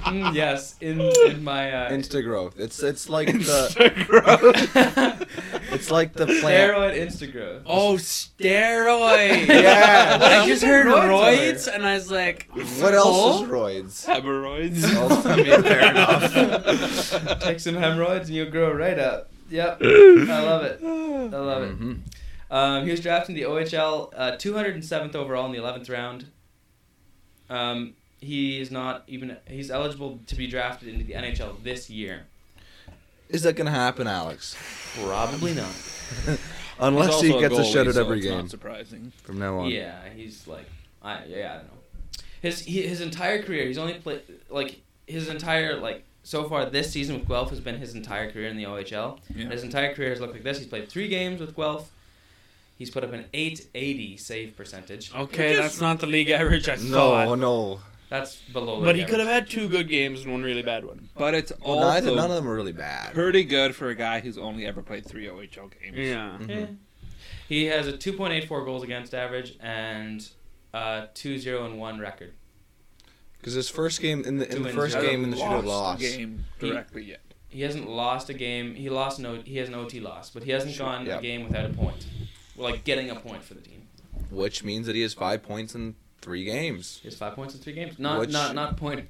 Mm, yes, in in my uh, Insta growth. It's it's like the Gross. it's like the plant. steroid Instagram. Oh, steroids. Yeah. I just heard Roids roids, and I was like, What else oh? is roids? Hemorrhoids. Well, I mean, fair enough. Take some hemorrhoids and you'll grow right up. Yep, I love it. I love it. Mhm. Um, he was drafted in the OHL, uh, 207th overall in the 11th round. Um, he is not even he's eligible to be drafted into the NHL this year. Is that gonna happen, Alex? Probably not. He's Unless also he gets a, goalie, shot at so every it's game Not surprising. from now on. Yeah, he's like, I yeah, I don't know. His he, his entire career, he's only played like his entire like so far this season with Guelph has been his entire career in the OHL. Yeah. His entire career has looked like this. He's played three games with Guelph. He's put up an 880 save percentage. Okay, that's not the league average. I thought. No, no. That's below. But he could have had two good games and one really bad one. But it's Well, also neither, none of them are really bad. pretty good for a guy who's only ever played three OHL games. Yeah. Mm-hmm. He has a 2.84 goals against average and uh 2-0 and 1 record. Because his first game in the in the Two first wins. game in the shootout Lost loss. the game directly yet. He hasn't lost a game. He lost no. He has an OT loss, but he hasn't gone Yeah. a game without a point, Well, like getting a point for the team. which means that he has five points in three games. He has five points in three games. Not Which- not not point.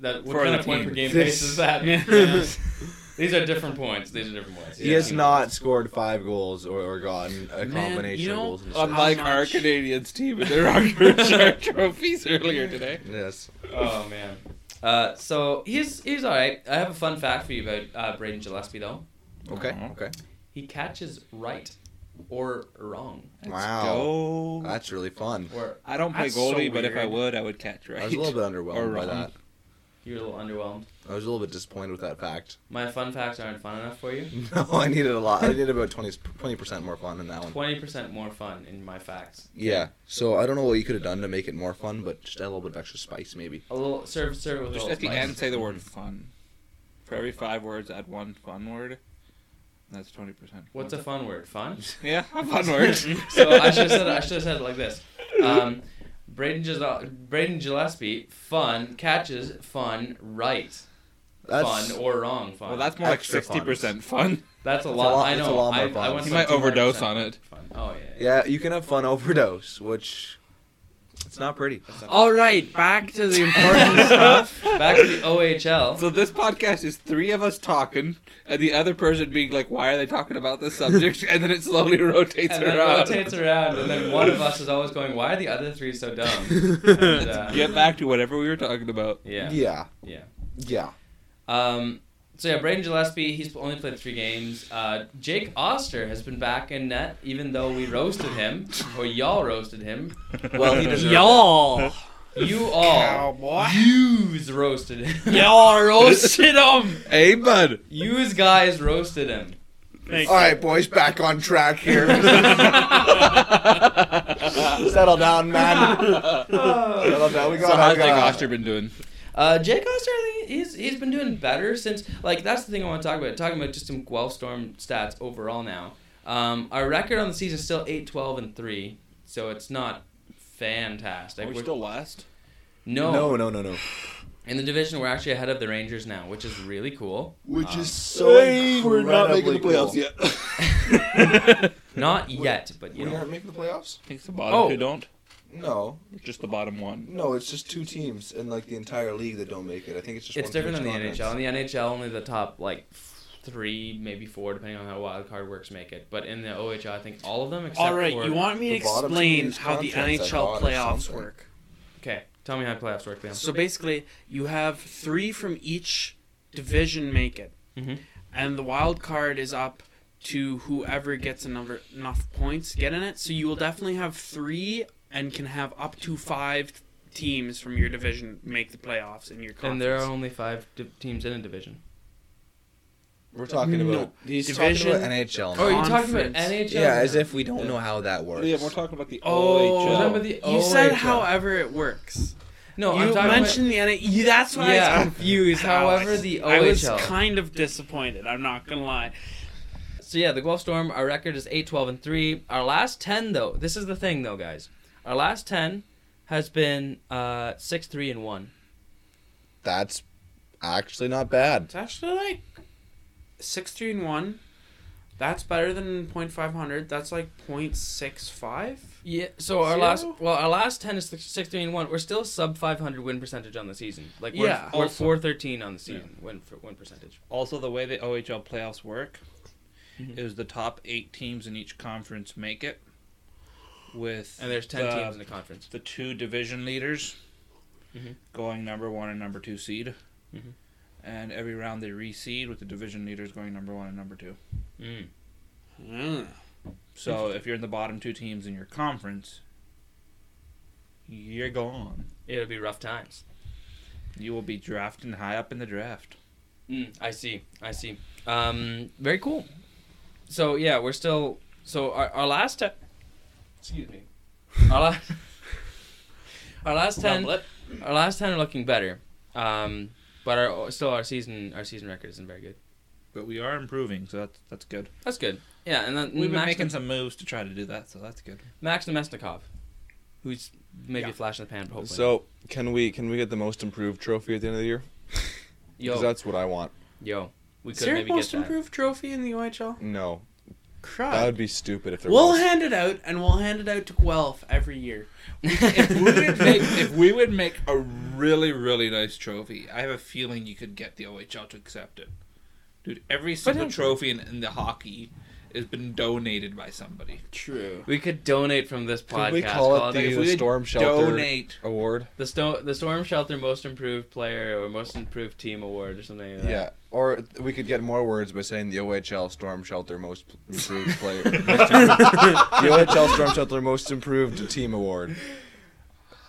That what For kind the of point team. per game This- basis is that? Yeah. Yeah. These are different points. These are different points. He has not scored five goals or, or gotten a Man, combination you of know, goals. And assists. Unlike How our much? Canadians team and their Rocker Shark trophies earlier today. yes, Oh man. Uh, so he's he's all right. I have a fun fact for you about uh, Braden Gillespie though. Okay. Uh-huh. Okay. He catches right or wrong. Wow. That's really fun. Or I don't play That's so goalie, but if I weird. would, I would catch right. I was a little bit Or underwhelmed by wrong. that. you're a little underwhelmed. I was a little bit disappointed with that fact. My fun facts aren't fun enough for you. No, I needed a lot. I needed about 20 percent more fun than that one. Twenty percent more fun in my facts. Yeah. So I don't know what you could have done to make it more fun, but just add a little bit of extra spice, maybe. A little serve serve with a Just little at the spice. end, say the word fun. For every five words, add one fun word. And that's twenty percent. What's a fun word? Fun. yeah? A fun word. so I should have said I should have said it like this. Um, Braden, Gilles- Braden Gillespie, fun catches fun right, That's fun or wrong fun. well, that's more like Extra sixty fun. percent fun. that's a a lot. lot- I it's a know. lot more I, fun. I went He from might overdose 200% on it. Fun. Oh yeah. yeah. yeah. You can have fun overdose, which it's not pretty. All right, back to the important stuff. Back to the OHL. So this podcast is three of us talking, and the other person being like, "Why are they talking about this subject?" and then it slowly rotates And then around. rotates around, and then one of us is always going, "Why are the other three so dumb?" And, uh, Get back to whatever we were talking about. Yeah. Yeah. Yeah. Yeah. Um, so yeah, Braden Gillespie, he's only played three games. Uh, Jake Oster has been back in net, even though we roasted him, or y'all roasted him. Well, he deserved. Y'all, You all, yous roasted him. y'all roasted him. Hey, bud. Yous guys roasted him. It. All right, boys, back on track here. Settle down, man. Settle down. We got. So how's like, Jake uh, Oster been doing? Uh, Jake Oster, I think he's he's been doing better since. Like that's the thing I want to talk about. Talking about just some Guelph Storm stats overall now. Um, our record on the season is still 8 12 and 3, so it's not fantastic. We're- last. uh, No, no, no, no. In the division, we're actually ahead of the Rangers now, which is really cool. Which is so incredibly cool. yet. Not yet, but you We know. aren't making the playoffs. Takes the bottom Oh. who don't. No, Just the bottom one. no. It's just two teams in like the entire league that don't make it. I think it's just. It's one different than from the each conference. NHL. In the NHL, only the top like three, maybe four, depending on how wild card works, make it. But in the OHL, I think all of them except All right, for you want me to the bottom explain team's how the contracts, I NHL thought, or playoffs something. work? okay. Tell me how playoffs work, Liam. So basically, you have three from each division make it, Mhm. and the wild card is up to whoever gets enough enough points to get in it. So you will definitely have three and can have up to five teams from your division make the playoffs in your conference. and there are only five di- teams in a division. We're talking No. about he's Division- talking about NHL. now. Oh, you're talking about Conference. NHL? yeah, as if we don't know how that works. Liam, we're talking about the Oh, OHL. Remember the you said OHL. however it works. no, I'm you talking mentioned the NHL. You, that's about why I yeah, was confused. However, Alex, the OHL. I was kind of disappointed. I'm not gonna lie. So yeah, the Guelph Storm, our record is 8 12 and 3. Our last 10 though. This is the thing though, guys. Our last 10 has been uh 6 3 and 1. That's actually not bad. It's actually like six three and one. That's better than point five hundred. That's like point six five. Yeah, so our Zero? last well, our last 10 is 6 3 and 1. We're still sub 500 win percentage on the season. Like we're, Yeah. we're Also- 413 on the season win for win percentage. Also, the way the OHL playoffs work Mm-hmm. is the top eight teams in each conference make it. With And there's 10 the, teams in the conference. the two division leaders Mhm. going number one and number two seed. Mhm. And every round they reseed with the division leaders going number one and number two. Mm. So if you're in the bottom two teams in your conference, you're gone. It'll be rough times. You will be drafting high up in the draft. Mm, I see. I see. Um, very cool. So yeah, we're still. So our, our last. Te- Excuse me. Our last. our last ten. Our last ten are looking better. Um, but our still our season our season record isn't very good. But we are improving, so that's that's good. That's good. Yeah, and then We've been Max, making some moves to try to do that, so that's good. Max Nemesnikov, who's maybe a flash in the pan, but hopefully. So can we can we get the most improved trophy at the end of the year? yo, that's what I want. yo, we Is could there a maybe get most that. improved trophy in the OHL? No, that Crud. would be stupid if there We'll was. hand it out, and we'll hand it out to Guelph every year. if, we would make, if we would make a really, really nice trophy, I have a feeling you could get the OHL to accept it. Dude, every single Potentially. trophy in, in the hockey has been donated by somebody. True. We could donate from this podcast. Could we call it Call it the the, would Storm Shelter donate- Award? the, Sto- the Storm Shelter Most Improved Player or Most Improved Team Award or something like Yeah. that. Or we could get more words by saying the OHL Storm Shelter Most Improved Player. Most Improved- the OHL Storm Shelter Most Improved Team Award.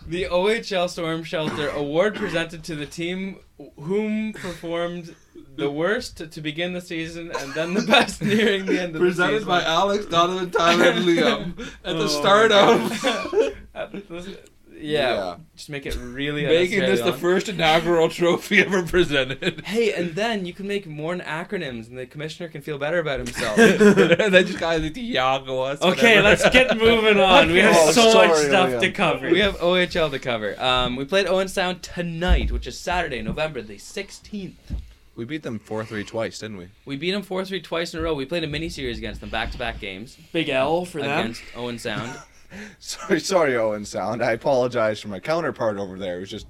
The OHL Storm Shelter Award presented to the team whom performed the worst to, to begin the season and then the best nearing the end of the Presented season. by Alex, Donovan, Tyler, and Liam at the Oh start my of Uh, this- yeah, Yeah. just make it really making this the unnecessarily first inaugural trophy ever presented. long. Hey, and then you can make more acronyms, and the commissioner can feel better about himself. and then just kind of like Iago us. Okay, whatever. let's get moving on. We have Oh, so much sorry, stuff Leon. to cover. we have OHL to cover. Um, we played Owen Sound tonight, which is Saturday, November the sixteenth. We beat them 4 3 twice, didn't we? We beat them four three twice in a row. We played a mini series against them, back to back games Big L for them. against Owen Sound. Sorry, sorry, Owen Sound. I apologize for my counterpart over there. It was just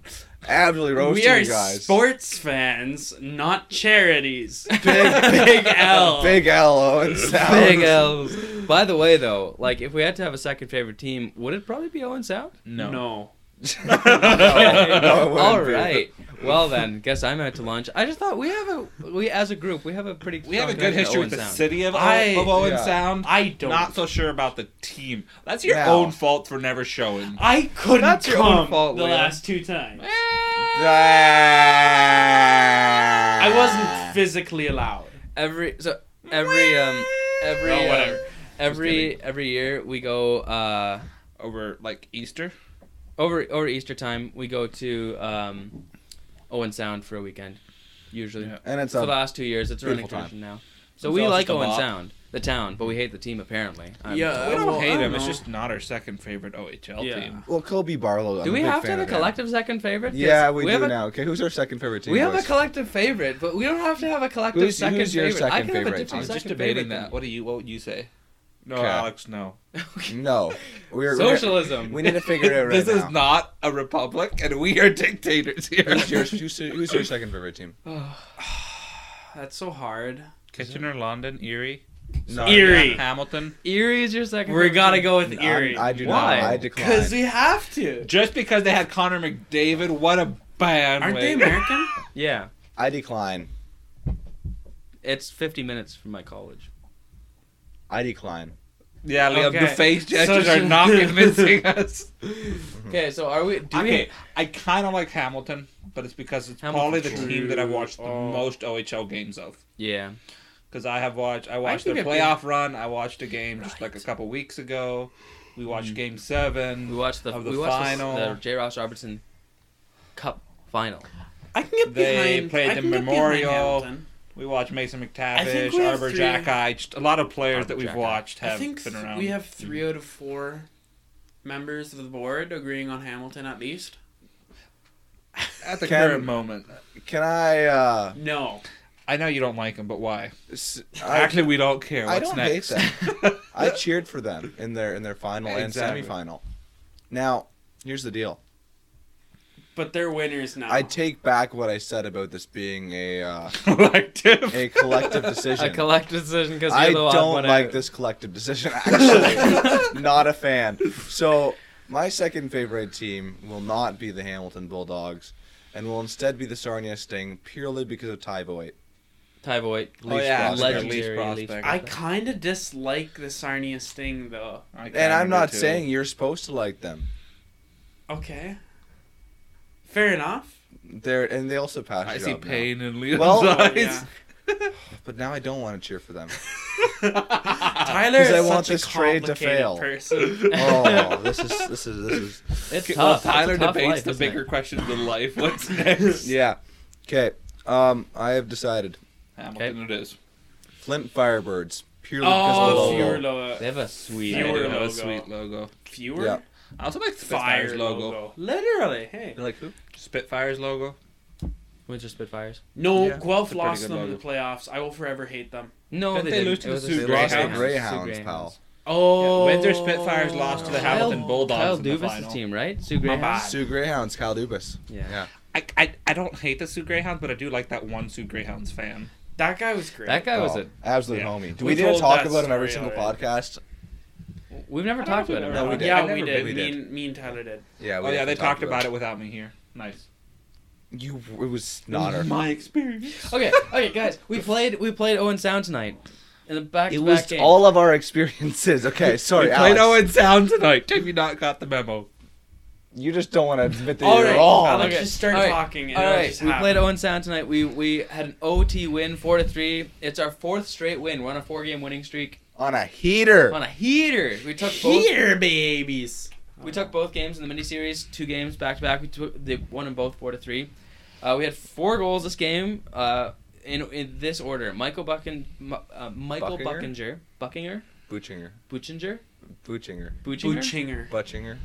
absolutely roasting we are you guys. sports fans, not charities. Big, big L. Big L, Owen Sound. Big L's. By the way, though, like if we had to have a second favorite team, would it probably be Owen Sound? No. No, it wouldn't All be. right. Well then, guess I'm out to lunch. I just thought we have a we as a group we have a pretty We have a strong good connection history to with Owen the Sound. city of, I- of Owen Yeah. Sound. I don't. Not so sure about the team. That's your Now- own fault for never showing. I couldn't That's your own come fault, the Leon. last two times. I I Ah. wasn't physically allowed. Every so every um every Oh, um, whatever. every kidding. every year we go uh over like Easter. over over Easter time we go to um Owen Sound for a weekend usually. Yeah. And it's For the a last two years, it's a running Beautiful tradition now. So It's we all like just a Owen bop. Sound, the town, but we hate the team apparently. I'm Yeah, told. We don't well, I hate don't him. It's know. just not our second favorite OHL Yeah. team. well, Kobe Barlow. I'm Do we big have to fan have a of him. collective second favorite? 'Cause Yeah, we, have do a- now. Okay, who's our second favorite team? We have a boys? collective favorite, but we don't have to have a collective Who's- second who's your favorite. I second can have favorite a team? different I'm second favorite than- What do you? What would you say? No, Okay. Alex. No. No, we're we're- Socialism. We need to figure it out right this now. is not a republic, and we are dictators here. Who's your, who's, who's your second favorite team? That's so hard. Kitchener, London, Erie, No, Erie. Hamilton. Erie is your second. We favorite gotta team. go with I, Erie. I do Why? not. I Because decline. we have to. Just because they had Connor McDavid, what a bad Aren't way. they American? Yeah, I decline. it's 50 minutes from my college. I decline. Yeah, Liam, Okay. the face gestures So are she- not convincing us. Hmm. Okay, so are we? Do okay, I kind of like Hamilton, but it's because it's Hamilton's probably the team that I've watched the Oh. most OHL games of. we? Yeah. Because I have watched, I watched think their it'd be- playoff run. I watched a game just like a couple weeks ago. We watched Mm. Game Seven. We watched the, Of the we watched the- final. the J. Ross Robertson Cup final. I can get They behind. played I the can get behind Memorial. Hamilton. We watched Mason think McTavish, we have Arbor three- Jacki. Just a lot of players that we've Arbor Jacki. watched I have think been th- around. we have three out of four members of the board agreeing on Hamilton at least. at the Ken- current moment. Can I? uh No. I know you don't like him, but why? s- I- Actually, we don't care. What's I don't next? hate them. I cheered for them in their in their final Exactly. and semifinal. Now, here's the deal. But they're winners now. I take back what I said about this being a uh, Collective. a collective decision. A collective decision because I you're the odd don't one like out. this collective decision. Actually, not a fan. So my second favorite team will not be the Hamilton Bulldogs, and will instead be the Sarnia Sting purely because of Ty Voigt. Ty Voigt. Oh yeah, Leafs legendary Leafs prospect. Legendary Leafs prospect. I kind of dislike the Sarnia Sting though. I And I'm kinda not do too. saying you're supposed to like them. Okay. Fair enough. They're and they also passed. I it see up now. pain in Leon's Well- eyes. Yeah. but now I don't want to cheer for them. Uh, Tyler is Because I such want a this trade to complicated fail. person. Oh, this is this is this is It's Okay, tough. Well, Tyler it's a tough debates life, the isn't it? bigger questions in life. What's next? yeah. Okay, um, I have decided Hamilton it is. Flint Firebirds purely Oh, because of the fewer logo. logo. They have a sweet. Fewer I do idea. have logo. a sweet logo. Fewer? Yeah. I also like the Spitfires Fire logo. logo. Literally, hey. You like who? Spitfires logo. Winter Spitfires. No, Yeah, Guelph it's a pretty lost good them in the logo. playoffs. I will forever hate them. No, Didn't they, they didn't. lose to It the was a Sioux They Sioux lost to Greyhounds. Greyhounds, Sioux pal. Oh. Windsor Spitfires lost to the Kyle- Hamilton Bulldogs Kyle in the Dubas' final. team, right? Sue My Greyhounds. bad. Sioux Greyhounds, Kyle Dubas. Yeah. Yeah. I, I, I don't hate the Sioux Greyhounds, but I do like that one Sioux Greyhounds fan. That guy was great. That guy was Oh, a. absolute yeah. homie. We we didn't told talk that about him every story single already. podcast. We've never talked about him. No, we did. I Yeah, never we did. really Me, did. and, me and Tyler did. Yeah. Oh yeah, they talked about it without me here. Nice. You. It was not her. My experience. Okay, okay, guys, we played we played Owen Sound tonight in the back It to was back game. all of our experiences. Okay, sorry, We played Alex. Owen Sound tonight. Have you not got the memo? You just don't want to admit that All you're right, wrong. Alex, just start All right. talking. And all it'll right, just we happen. played Owen Sound tonight. We we had an OT win, four to three. It's our fourth straight win. We're on a four game winning streak. On a heater. On a heater, we took both Here, babies. we took both games in the miniseries, two games back to back. We took they won in both four to three. Uh, we had four goals this game. Uh, in in this order, Michael Buckin, Mu- uh, Michael Buckinger? Buckinger, Buckinger, Butchinger. Butchinger, Butchinger. Butchinger. Butchinger. Butchinger.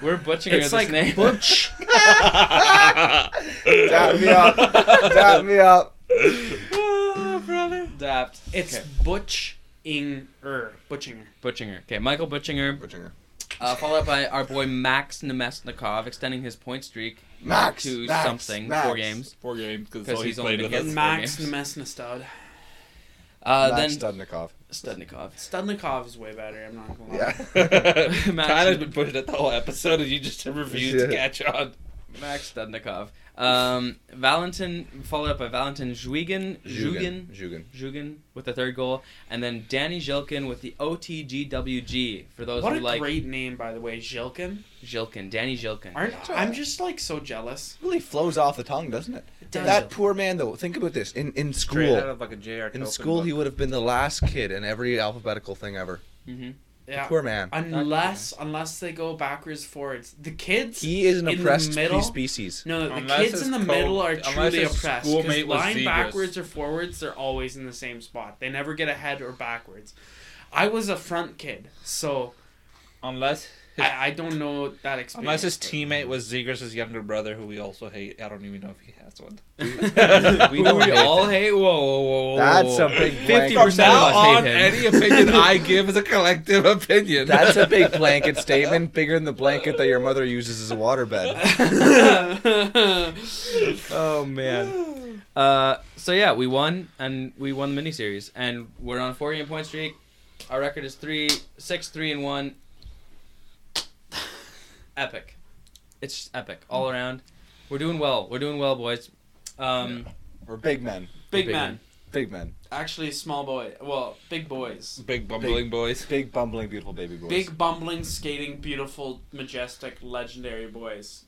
We're butchering It's this like name. Butch. Tap me up. Tap me up. Dapt. Oh, It's Okay. Butch Ing Er. Butchinger. Butchinger. Okay, Michael Butchinger, Butchinger. uh, followed up by our boy Max Nemesnikov, extending his point streak Max. to Max, something, Max. four games. Four games because Because he's he's only played with been us. That's Max four Nemesnistad. Uh, Max then Stubnikov. Studnikov. Studnikov is way better. I'm not gonna lie. Yeah. Tyler's been pushing it the whole episode, and you just have refused to Yeah. catch on. Max Studnikov. Um, Valentin, followed up by Valentin Zhuigin, Zhugin, Jugin. Zhugin with the third goal, and then Danny Zhilkin with the OTGWG. For those What who a like great name, by the way, Zhilkin. Zhilkin, Danny Zhilkin. Aren't Yeah. I'm just like so jealous. Really flows off the tongue, doesn't it? does. That poor man, though. Think about this. In in Straight out school, of like a JR. in school, he would have been the last kid in every alphabetical thing ever. hmm Yeah. Poor man. Unless unless they go backwards forwards. The kids He is an in the oppressed middle- species. No, the Unless kids it's in the co- middle are unless truly it's oppressed. schoolmate Because with lying zebras. backwards or forwards, they're always in the same spot. They never get ahead or backwards. I was a front kid, so Unless his, I, I don't know that experience. unless his teammate was Zegers' younger brother, who we also hate. I don't even know if he has one. We, we all hate. Whoa, whoa, whoa, whoa. That's whoa. a big Fifty blanket. percent of Now us on, hate him. any opinion I give is a collective opinion. That's a big blanket statement, bigger than the blanket that your mother uses as a waterbed. oh man. Uh, so yeah, we won, and we won the miniseries, and we're on a four-game point streak. Our record is three, six, three, and one. Epic, it's just epic all around. We're doing well. We're doing well, boys. Um, We're big men. big, man. Big man. Big men. Actually, small boy. Well, big boys. Big bumbling boys. Big bumbling beautiful baby boys. Big, bumbling, skating, beautiful, majestic, legendary boys.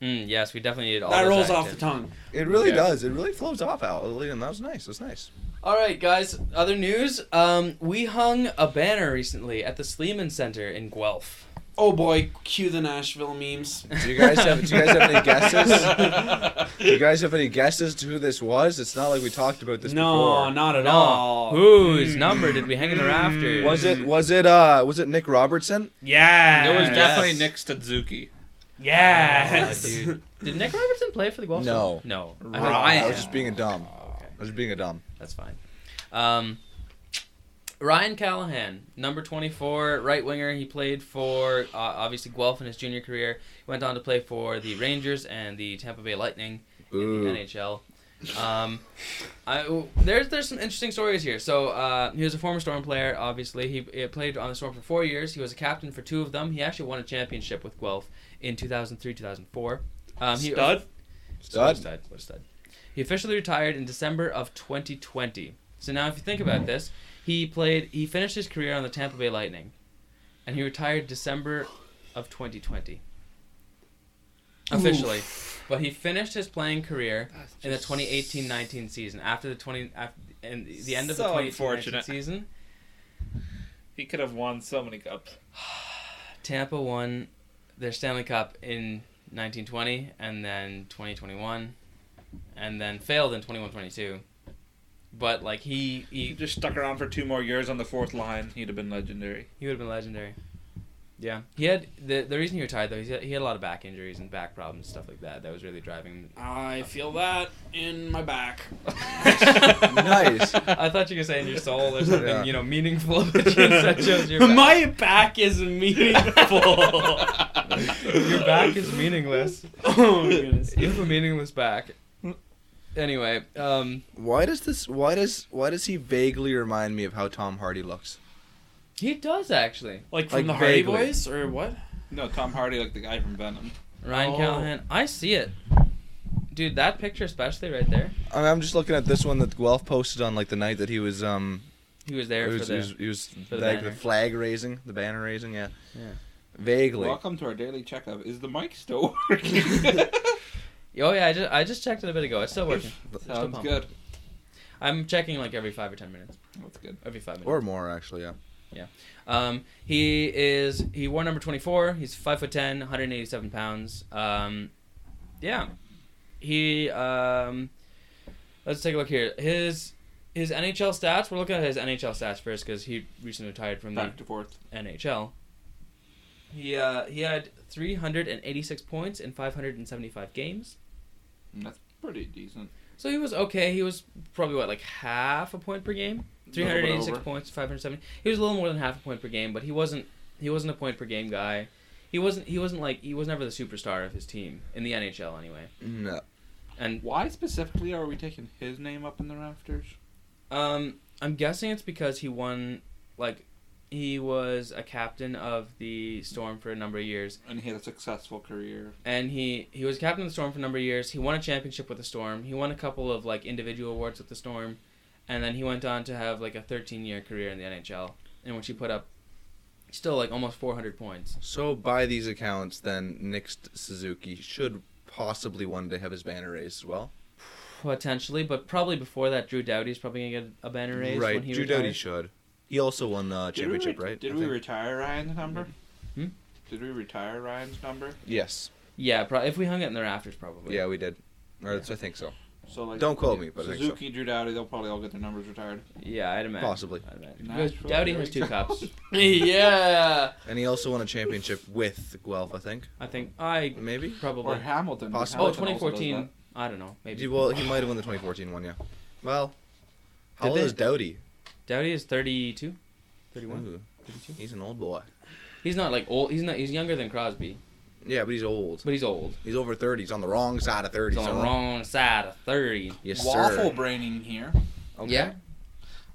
mm, yes, we definitely need all. that those rolls off the active. tongue. It really Yeah. does. It really flows off out. And that was nice. That's nice. All right, guys. Other news. Um, we hung a banner recently at the Sleeman Center in Guelph. Oh boy, cue the Nashville memes. Do you guys have do you guys have any guesses? do you guys have any guesses to who this was? It's not like we talked about this no, before. not at No. all. Whose number did we hang in the rafters? Was it was it uh was it Nick Robertson? Yeah. It was Yes. definitely Nick Stadzuki. Yes. Oh, dude. Did Nick Robertson play for the Guelph? No. No. I Right. thought- I Ryan. was just being a dumb. Okay. I was just being a dumb. That's fine. Um, Ryan Callahan, number 24, right winger. He played for, uh, obviously, Guelph in his junior career. He went on to play for the Rangers and the Tampa Bay Lightning in Ooh. the NHL. Um, I, w- there's there's some interesting stories here. So uh, he was a former Storm player. Obviously, he, he played on the Storm for four years. He was a captain for two of them. He actually won a championship with Guelph in 2003 2004. Um, he, Stud? Stud. Stud. What a stud. He officially retired in December of 2020. So now, if you think about this, he played. He finished his career on the Tampa Bay Lightning, and he retired December of 2020. Officially, but he finished his playing career in the 2018-19 season after the 20 after, and the end of So the 2018 unfortunate. season. He could have won so many cups. Tampa won their Stanley Cup in 1920 and then 2021 and then failed in 21-22. But like he He he just stuck around for two more years on the fourth line. He'd have been legendary. he would have been legendary. Yeah. He had the the reason he retired though, he had, he had a lot of back injuries and back problems and stuff like that. That was really driving him. I feel that in my back. Nice. I thought you were saying your soul or something, Yeah. you know, meaningful. but you said just your back. My back is meaningful. your back is meaningless. oh my goodness. You have a meaningless back. Anyway, um, Why does this? Why does? Why does he vaguely remind me of how Tom Hardy looks? he does actually. Like from Like, the Hardy vaguely. Boys or what? No, Tom Hardy, like the guy from Venom. Ryan Oh. Callahan, I see it, dude. That picture especially right there. I mean, I'm just looking at this one that Guelph posted on like the night that he was um He was there he for was, the. he was, he was for the like the banner. flag raising, the banner raising, yeah. Yeah. Vaguely. Welcome to our daily checkup. Is the mic still working? Oh yeah, I just I just checked it a bit ago. It's still working. It's still Sounds pumping. good. I'm checking like every five or ten minutes. That's good. Every five minutes. Or more actually, yeah. Um, he is he wore number twenty four. He's five foot ten, 187 pounds. Um, yeah, he. Um, let's take a look here. His his NHL stats. We're looking at his NHL stats first because he recently retired from the Back to forth. NHL. He uh, he had 386 points in 575 games. Mm, That's pretty decent. So he was okay. He was probably what like half a point per game. Three Little bit hundred eighty-six over. points, five hundred seventy. He was a little more than half a point per game, but he wasn't. He wasn't a point per game guy. He wasn't. He wasn't like. He was never the superstar of his team in the NHL anyway. No. And Why specifically are we taking his name up in the rafters? um, I'm guessing it's because he won. Like, he was a captain of the Storm for a number of years, And he had a successful career. and he he was captain of the Storm for a number of years. He won a championship with the Storm. He won a couple of like individual awards with the Storm, and then he went on to have like a 13 year career in the NHL, in which he put up still like almost 400 points. So by these accounts then Nick Suzuki should possibly one day have his banner raised as well. Potentially, but probably before that, Drew Doughty's probably gonna get a banner raise right. when he Drew retires. Doughty should. He also won the Did we championship, re- right? Did I we think. retire Ryan's number? Hmm? Did we retire Ryan's number? Yes. Yeah, pro- if we hung it in the rafters, probably. Yeah, we did. Or I think so. So like, Don't quote me, but I think Suzuki, Drew Dowdy, they'll probably all get their numbers retired. Yeah, I'd imagine. Possibly. I'd imagine. Nice. Because Doughty has two cups. yeah. so. And he also won a championship with Guelph, I think. I think I Maybe. probably. Or Hamilton. Possible. oh, Hamilton also does 2014. that. I don't know. Maybe. He- Well, he might have won the 2014 one, yeah. Well, how Did old they- is Doughty? Doughty is 32. 31. Ooh, 32. he's an old boy. He's not like old. He's not. He's younger than Crosby, Yeah, but he's old. but he's old. He's over 30. He's on the wrong side of 30. He's on son. the wrong side of thirty. Yes, Waffle sir. braining here. Okay. Yeah.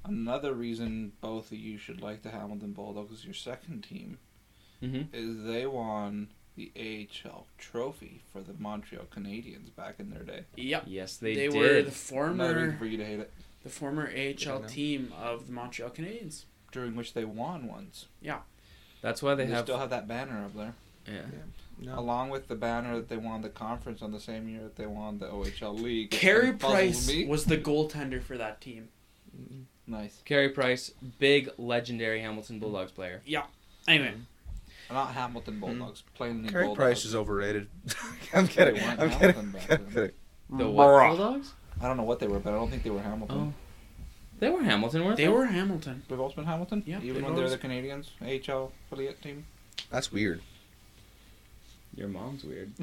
Another reason both of you should like the Hamilton Bulldogs, your second team, Mm-hmm. Mhm. is they won the AHL trophy for the Montreal Canadiens back in their day. Yep. Yes, they, They, did. were the Another reason former for you to hate it. the former AHL know. team of the Montreal Canadiens. During which they won once. That's why they They, have. still have that banner up there. yeah. No. along with the banner that they won the conference on the same year that they won the OHL league. which Carey kind of puzzles Price me. was the goaltender for that team. nice. Carey Price, big legendary Hamilton Bulldogs player. Anyway, Not Hmm. Hamilton Bulldogs, plainly Carey Bulldogs. Price is overrated. I'm kidding. They weren't I'm kidding. Hamilton back I'm then. kidding. The what Bulldogs? I don't know what they were, but I don't think they were Hamilton. Oh. They were Hamilton, weren't they? they were Hamilton. They've always been Hamilton, Yeah, they've even when they were always- the Canadians AHL affiliate team. That's weird. Your mom's weird.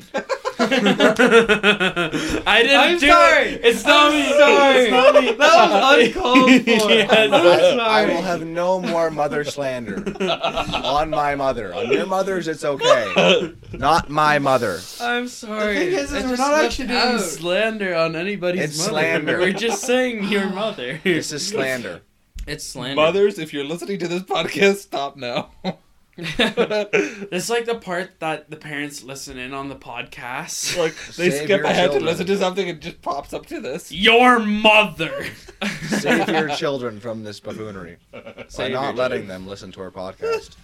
I didn't I'm do sorry. it. It's not I'm me. sorry. It's not me. That was uncalled for. Yes. I'm I, I sorry. will have no more mother slander on my mother. On your mother's, it's okay. Not my mother. I'm sorry. thing is, is That we're just not slipped actually doing out. slander on anybody's It's mother. slander. We're just saying your mother. This is slander. It's slander. Mothers, if you're listening to this podcast, stop now. It's like the part that the parents listen in on the podcast. like they Save skip your ahead children. to listen to something, it just pops up to this. your mother. Save your children from this buffoonery by Save not your- letting them listen to our podcast.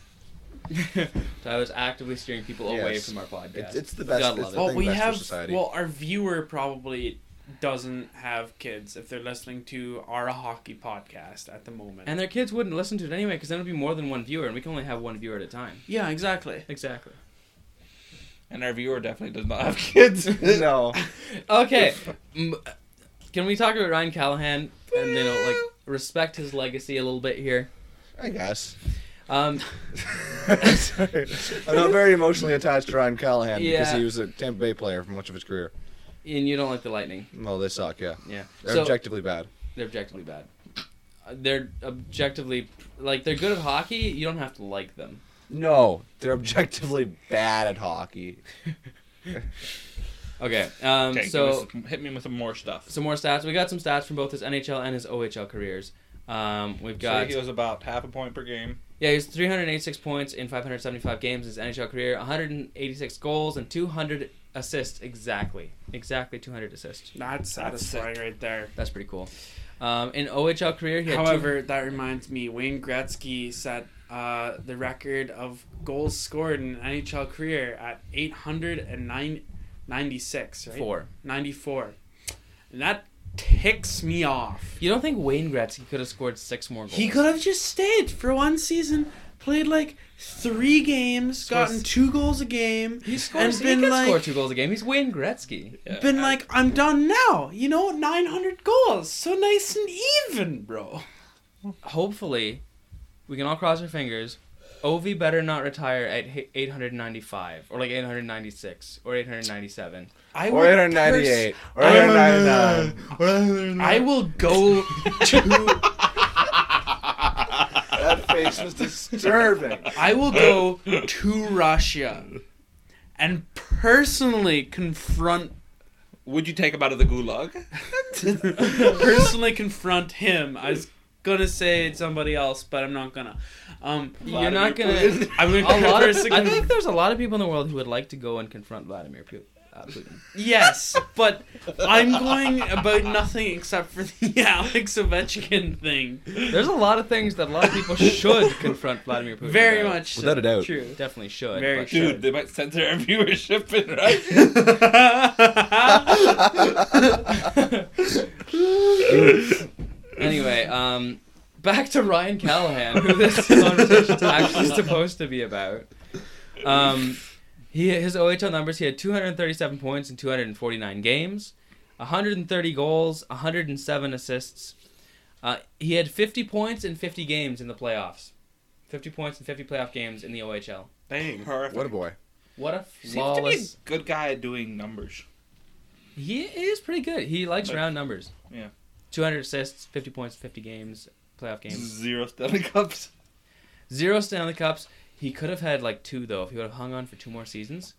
Tyler's actively steering people away Yes. from our podcast. It's, it's the best. Gotta It's love the it. well, thing we best have. for society. Well, our viewer probably doesn't have kids if they're listening to our hockey podcast at the moment. And their kids wouldn't listen to it anyway because then it would be more than one viewer, and we can only have one viewer at a time. yeah, exactly. Exactly. And our viewer definitely does not have kids. no. Okay. M- Can we talk about Ryan Callahan and you know like respect his legacy a little bit here? I guess. Um, Sorry. I'm not very emotionally attached to Ryan Callahan because Yeah. he was a Tampa Bay player for much of his career. and you don't like the Lightning, Well, they suck, yeah. yeah? They're so objectively bad. they're objectively bad. Uh, They're objectively like they're good at hockey. You don't have to like them. No, they're objectively bad at hockey. Okay. Um, Okay, so give me some- hit me with some more stuff. some more stats. We got some stats from both his NHL and his OHL careers. Um, we've So got he was about half a point per game. yeah, he's 386 points in 575 games in his NHL career, 186 goals and 200 assists exactly, exactly 200 assists. That's satisfying right there. That's pretty cool. Um, in OHL career, he had two, However, that reminds me, Wayne Gretzky set uh, the record of goals scored in an NHL career at 896, right? four. 94. And that ticks me off. You don't think Wayne Gretzky could have scored six more goals? He could have just stayed for one season, played like three games, gotten two goals a game, He scores. and he been can like, score two goals a game. He's Wayne Gretzky. been like, I'm done now. You know, 900 goals. So nice and even, bro. Hopefully, we can all cross our fingers. Ovi better not retire at h- 895 or like 896 or 897. I Or would 898. pers- Or I would- 899. I will go to That face was disturbing. I will go to Russia and personally confront Would you take him out of the gulag? personally confront him. I was gonna say it's somebody else, but I'm not gonna. Um, You're not gonna. I'm gonna A lot of, personally I conf- think there's a lot of people in the world who would like to go and confront Vladimir Pu- uh, Putin. yes, but I'm going about nothing except for the Alex Ovechkin thing. There's a lot of things that a lot of people should confront Vladimir Putin. Very about. much so. Without a doubt. True. Definitely should. Very but- Sure. Dude, they might censor our viewership in Russia. Anyway, um, back to Ryan Callahan, who this conversation is actually supposed to be about. Um, he his OHL numbers. He had 237 points in 249 games, 130 goals, 107 assists. Uh, he had 50 points in 50 games in the playoffs. 50 points in 50 playoff games in the OHL. Dang. Perfect. What a boy. What a Seems flawless! to be a good guy at doing numbers. He is pretty good. He likes Like- round numbers. Yeah. 200 assists, 50 points, 50 games, playoff games. Zero Stanley Cups. Zero Stanley Cups. He could have had like two though if he would have hung on for two more seasons.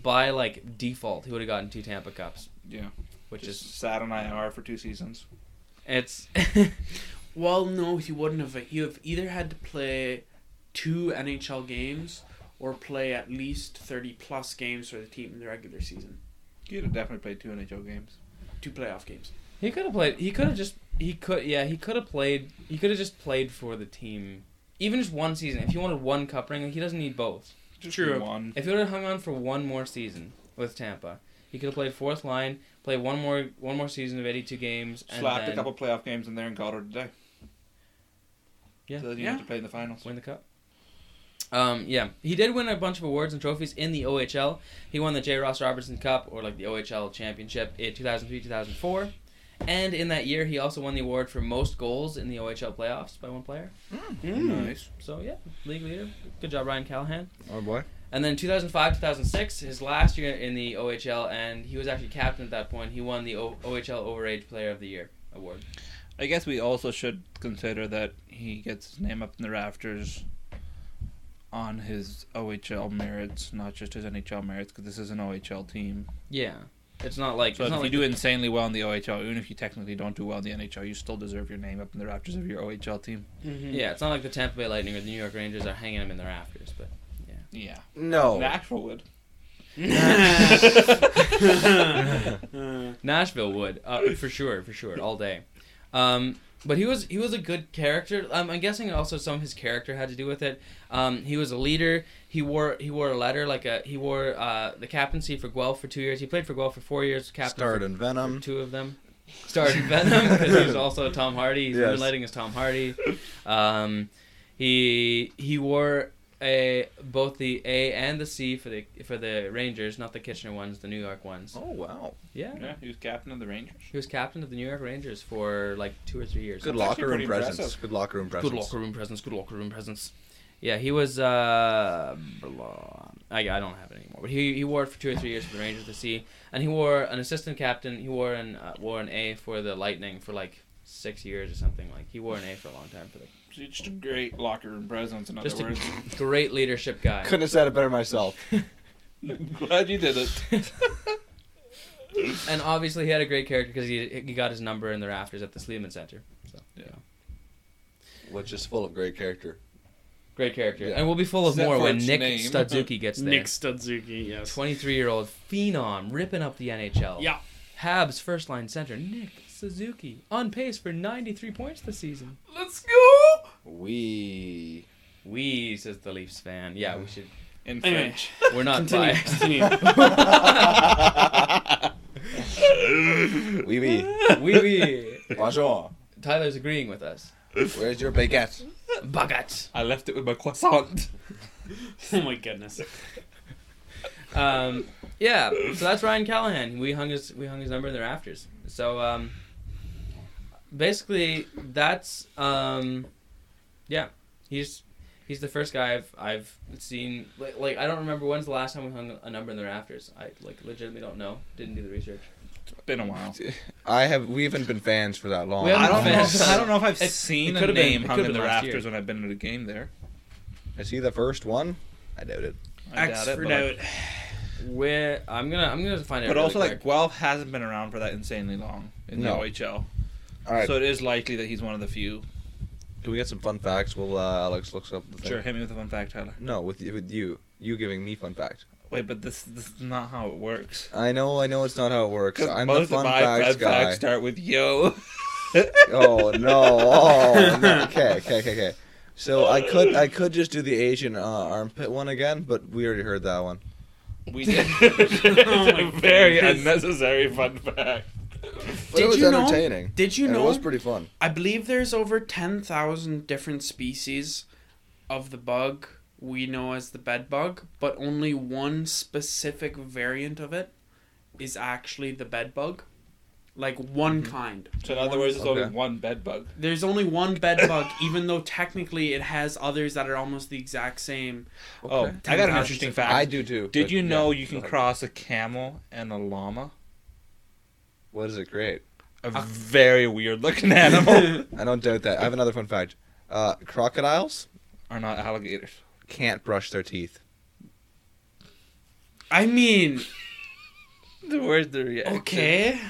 By like default, he would have gotten two Tampa Cups, Yeah. which Just is sat on IR for two seasons. it's Well, no, he wouldn't have. He would have either had to play two NHL games or play at least 30 plus games for the team in the regular season. You'd have definitely played two NHL games. Two playoff games. he could have played. He could have just he could yeah he could have played. He could have just played for the team, even just one season. If he wanted one cup ring, he doesn't need both. Just True. One. If he would have hung on for one more season with Tampa, he could have played fourth line, played one more one more season of eighty two games, and Slapped then a couple playoff games in there and got her today. Yeah. So then you Yeah. have to play in the finals. win the cup. Um, yeah, he did win a bunch of awards and trophies in the OHL. He won the J. Ross Robertson Cup or like the OHL Championship in 2003-2004, and in that year he also won the award for most goals in the OHL playoffs by one player. Nice. So yeah, league leader. Good job, Ryan Callahan. Oh boy. And then 2005-2006, his last year in the OHL, and he was actually captain at that point. He won the o- OHL Overage Player of the Year award. I guess we also should consider that he gets his name up in the rafters on his OHL merits, not just his NHL merits, because this is an OHL team. Yeah, it's not like So it's if not you like do insanely well in the OHL, even if you technically don't do well in the NHL, you still deserve your name up in the rafters of your OHL team. Mm-hmm. yeah, it's not like the Tampa Bay Lightning or the New York Rangers are hanging him in their rafters, but. Yeah. Oh. No. Nashville would. Nashville would, uh, for sure, for sure, all day. Um, but he was he was a good character. Um, I'm guessing also some of his character had to do with it. Um, he was a leader. He wore he wore a letter like a he wore uh, the captaincy for Guelph for two years. He played for Guelph for four years. Captain Starred for in Venom. two of them. Starred in Venom because he's also Tom Hardy. He's Yes. moonlighting as Tom Hardy. Um, he he wore a both the A and the C for the for the Rangers, not the Kitchener ones, the New York ones. Oh wow. Yeah. Yeah, he was captain of the Rangers. He was captain of the New York Rangers for like two or three years. Good actually locker room pretty presence. impressive. Good locker room presence. Good locker room presence. Good locker room presence. Yeah, he was. Uh, blah. I, I don't have it anymore. But he, he wore it for two or three years for the Rangers to see, and he wore an assistant captain. He wore an uh, wore an A for the Lightning for like six years or something. Like he wore an A for a long time for the He's Just a great locker room presence, in other Just a- words. great leadership guy. Couldn't have said it better myself. Glad you did it. and obviously he had a great character because he he got his number in the rafters at the Sleeman Center. So Which is full of great character. great character, Yeah. and we'll be full of Except more for when its Nick name. Studzuki gets there. Nick Studzuki, yes. Twenty-three-year-old phenom ripping up the NHL. Yeah. Habs first line center Nick Suzuki on pace for ninety-three points this season. Let's go. We. We says the Leafs fan. Yeah, we should. In Anyway, French. We're not continue. biased. continue. Wee wee. Wee wee. Bonjour. Tyler's agreeing with us. Where's your baguette? Bagat. I left it with my croissant. oh my goodness. Um, yeah. So that's Ryan Callahan. We hung his we hung his number in the rafters. So um, basically, that's um, yeah. He's he's the first guy I've I've seen. Like, like I don't remember when's the last time we hung a number in the rafters. I like legitimately don't know. Didn't do the research. It's been a while. I have. We haven't been fans for that long. We haven't I don't know. Fans. If, I don't know if I've It- it seen a could've been- name it hung could've in the been last year. rafters when I've been at a game there. Is he the first one? I doubt it. I X doubt it, for but, like, doubt. Where I'm gonna I'm gonna find out. But really also, like quick. Guelph hasn't been around for that insanely long in No. the OHL, All right. so it is likely that he's one of the few. Can we get some fun facts? Well, uh, Alex looks up the thing. Sure, hit me with a fun fact, Tyler. No, with y- with you, you giving me fun fact. Wait, but this this is not how it works. I know, I know, it's not how it works. Because I'm the most fun of my facts fun guy. facts start with yo. oh no! Oh, no. okay, okay, okay, okay. So I could, I could just do the Asian uh, armpit one again, but we already heard that one. We did. Oh my very goodness. unnecessary fun fact. But it Did was you know- entertaining. Did you and know? it was pretty fun. I believe there's over 10,000 different species of the bug we know as the bed bug, but only one specific variant of it is actually the bed bug. Like one Mm-hmm. kind. So in other words, there's only only one bed bug. There's only one bed bug, even though technically it has others that are almost the exact same. Oh, I got an 10,000 interesting fact. I do too. Did but you yeah, know you go can ahead. cross a camel and a llama? What does it create? A very weird looking animal. I don't doubt that. I have another fun fact. Uh, crocodiles Are not alligators. can't brush their teeth. I mean, Where's the reaction? okay.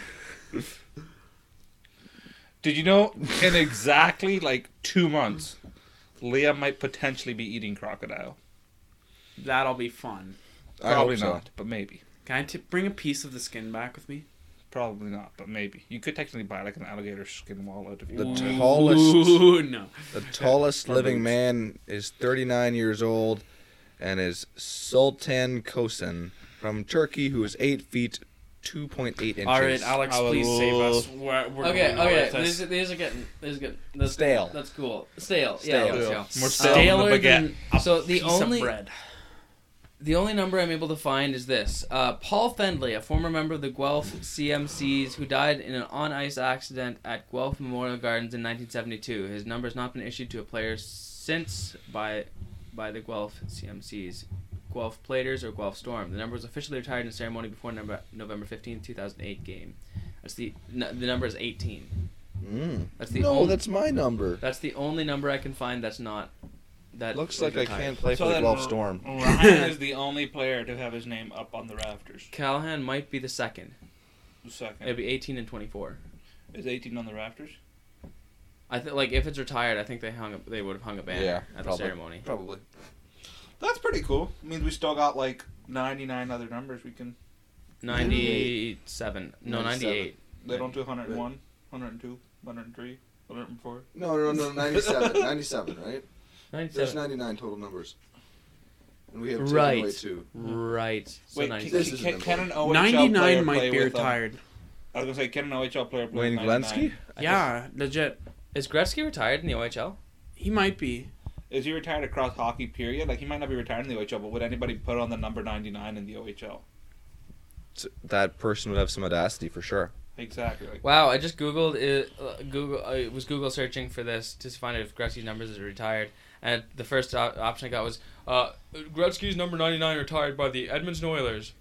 Did you know in exactly like two months, Leah might potentially be eating crocodile? That'll be fun. I hope Probably so. not, but maybe. Can I t- bring a piece of the skin back with me? Probably not, but maybe. You could technically buy like an alligator skin wallet if you The want. t- Tallest- Ooh, no. The tallest living boots. man is 39 years old and is Sultan Kosin from Turkey, who is 8 feet, 2.8 inches. All right, Alex, I will- please save us. We're, we're Okay, going nowhere okay. with These, this. are- these are getting these are getting that's, Stale. That's cool. Stale. Yeah, Stale. yeah, More stale. stale than Staler the baguette. than a So the piece only- of bread. The only number I'm able to find is this. Uh, Paul Fendley, a former member of the Guelph CMCs who died in an on ice accident at Guelph Memorial Gardens in 1972. His number has not been issued to a player since by by the Guelph CMCs, Guelph Platers, or Guelph Storm. The number was officially retired in a ceremony before number, November 15, 2008 game. That's the, n- the number is 18. Mm. That's the No, only, that's my number. That's the only number I can find that's not. That Looks was like I retired. can't play So for the then uh, Guelph r- Storm. Ryan is the only player to have his name up on the rafters. Callahan might be the second. It'd Second. be 18 and 24. Is 18 on the rafters? I think like if it's retired, I think they hung up. They would have hung a banner Yeah, at the probably. ceremony. Probably. That's pretty cool. means we still got like 99 other numbers we can. Ninety-seven. No, 97. ninety-eight. They don't do 101, 102, 103, 104. No, no, no, 97. 97, right? Ninety-seven. 99 total numbers. And we taken Right. away two. Right. So Wait, can, 97. This can, is can, an an OHL player 99 play might be with, um, retired. I was gonna say, can an OHL player play Wayne with 99? Glensky? yeah, legit. Is Gretzky retired in the OHL? He might be. Is he retired across hockey? Period. Like he might not be retired in the OHL, but would anybody put on the number 99 in the OHL? That person would have some audacity for sure. Exactly. Like, Wow, I just googled it. Uh, Google I was Google searching for this to find out if Gretzky's numbers is retired, and the first op- option I got was uh, Gretzky's number ninety-nine retired by the Edmonton Oilers.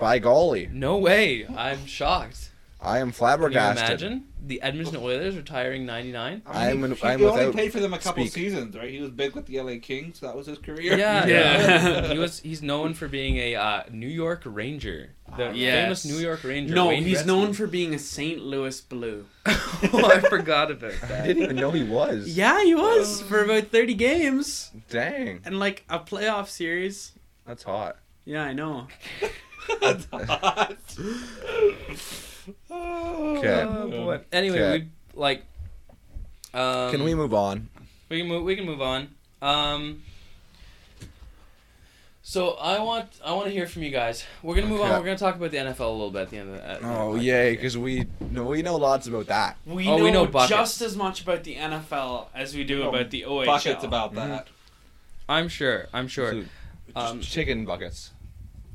By golly, No way! I'm shocked. I am Can you flabbergasted. imagine the Edmonton Oilers retiring ninety-nine? I'm he- an- he I'm only without played for them a couple speak. seasons, right? He was big with the LA Kings. That was his career. Yeah, Yeah. he was. He's known for being a uh, New York Ranger. the Yes. famous New York Ranger. No, Wayne he's Gretzky. known for being a St. Louis Blue. oh, I forgot about I that. didn't even know he was. Yeah, he was for about 30 games Dang, and like a playoff series. that's hot. Yeah, I know. Okay. Um, Oh, boy. Anyway, Okay. we like. Um, Can we move on? We can move. We can move on. Um. So I want I want to hear from you guys. We're gonna move Okay. on. We're gonna talk about the NFL a little bit at the end of the. At the Oh podcast. yay, because we know we know lots about that. We Oh, know, we know buckets. just as much about the NFL as we do Oh, about the OHL. Buckets about Mm-hmm. that. I'm sure. I'm sure. Um, Just chicken buckets,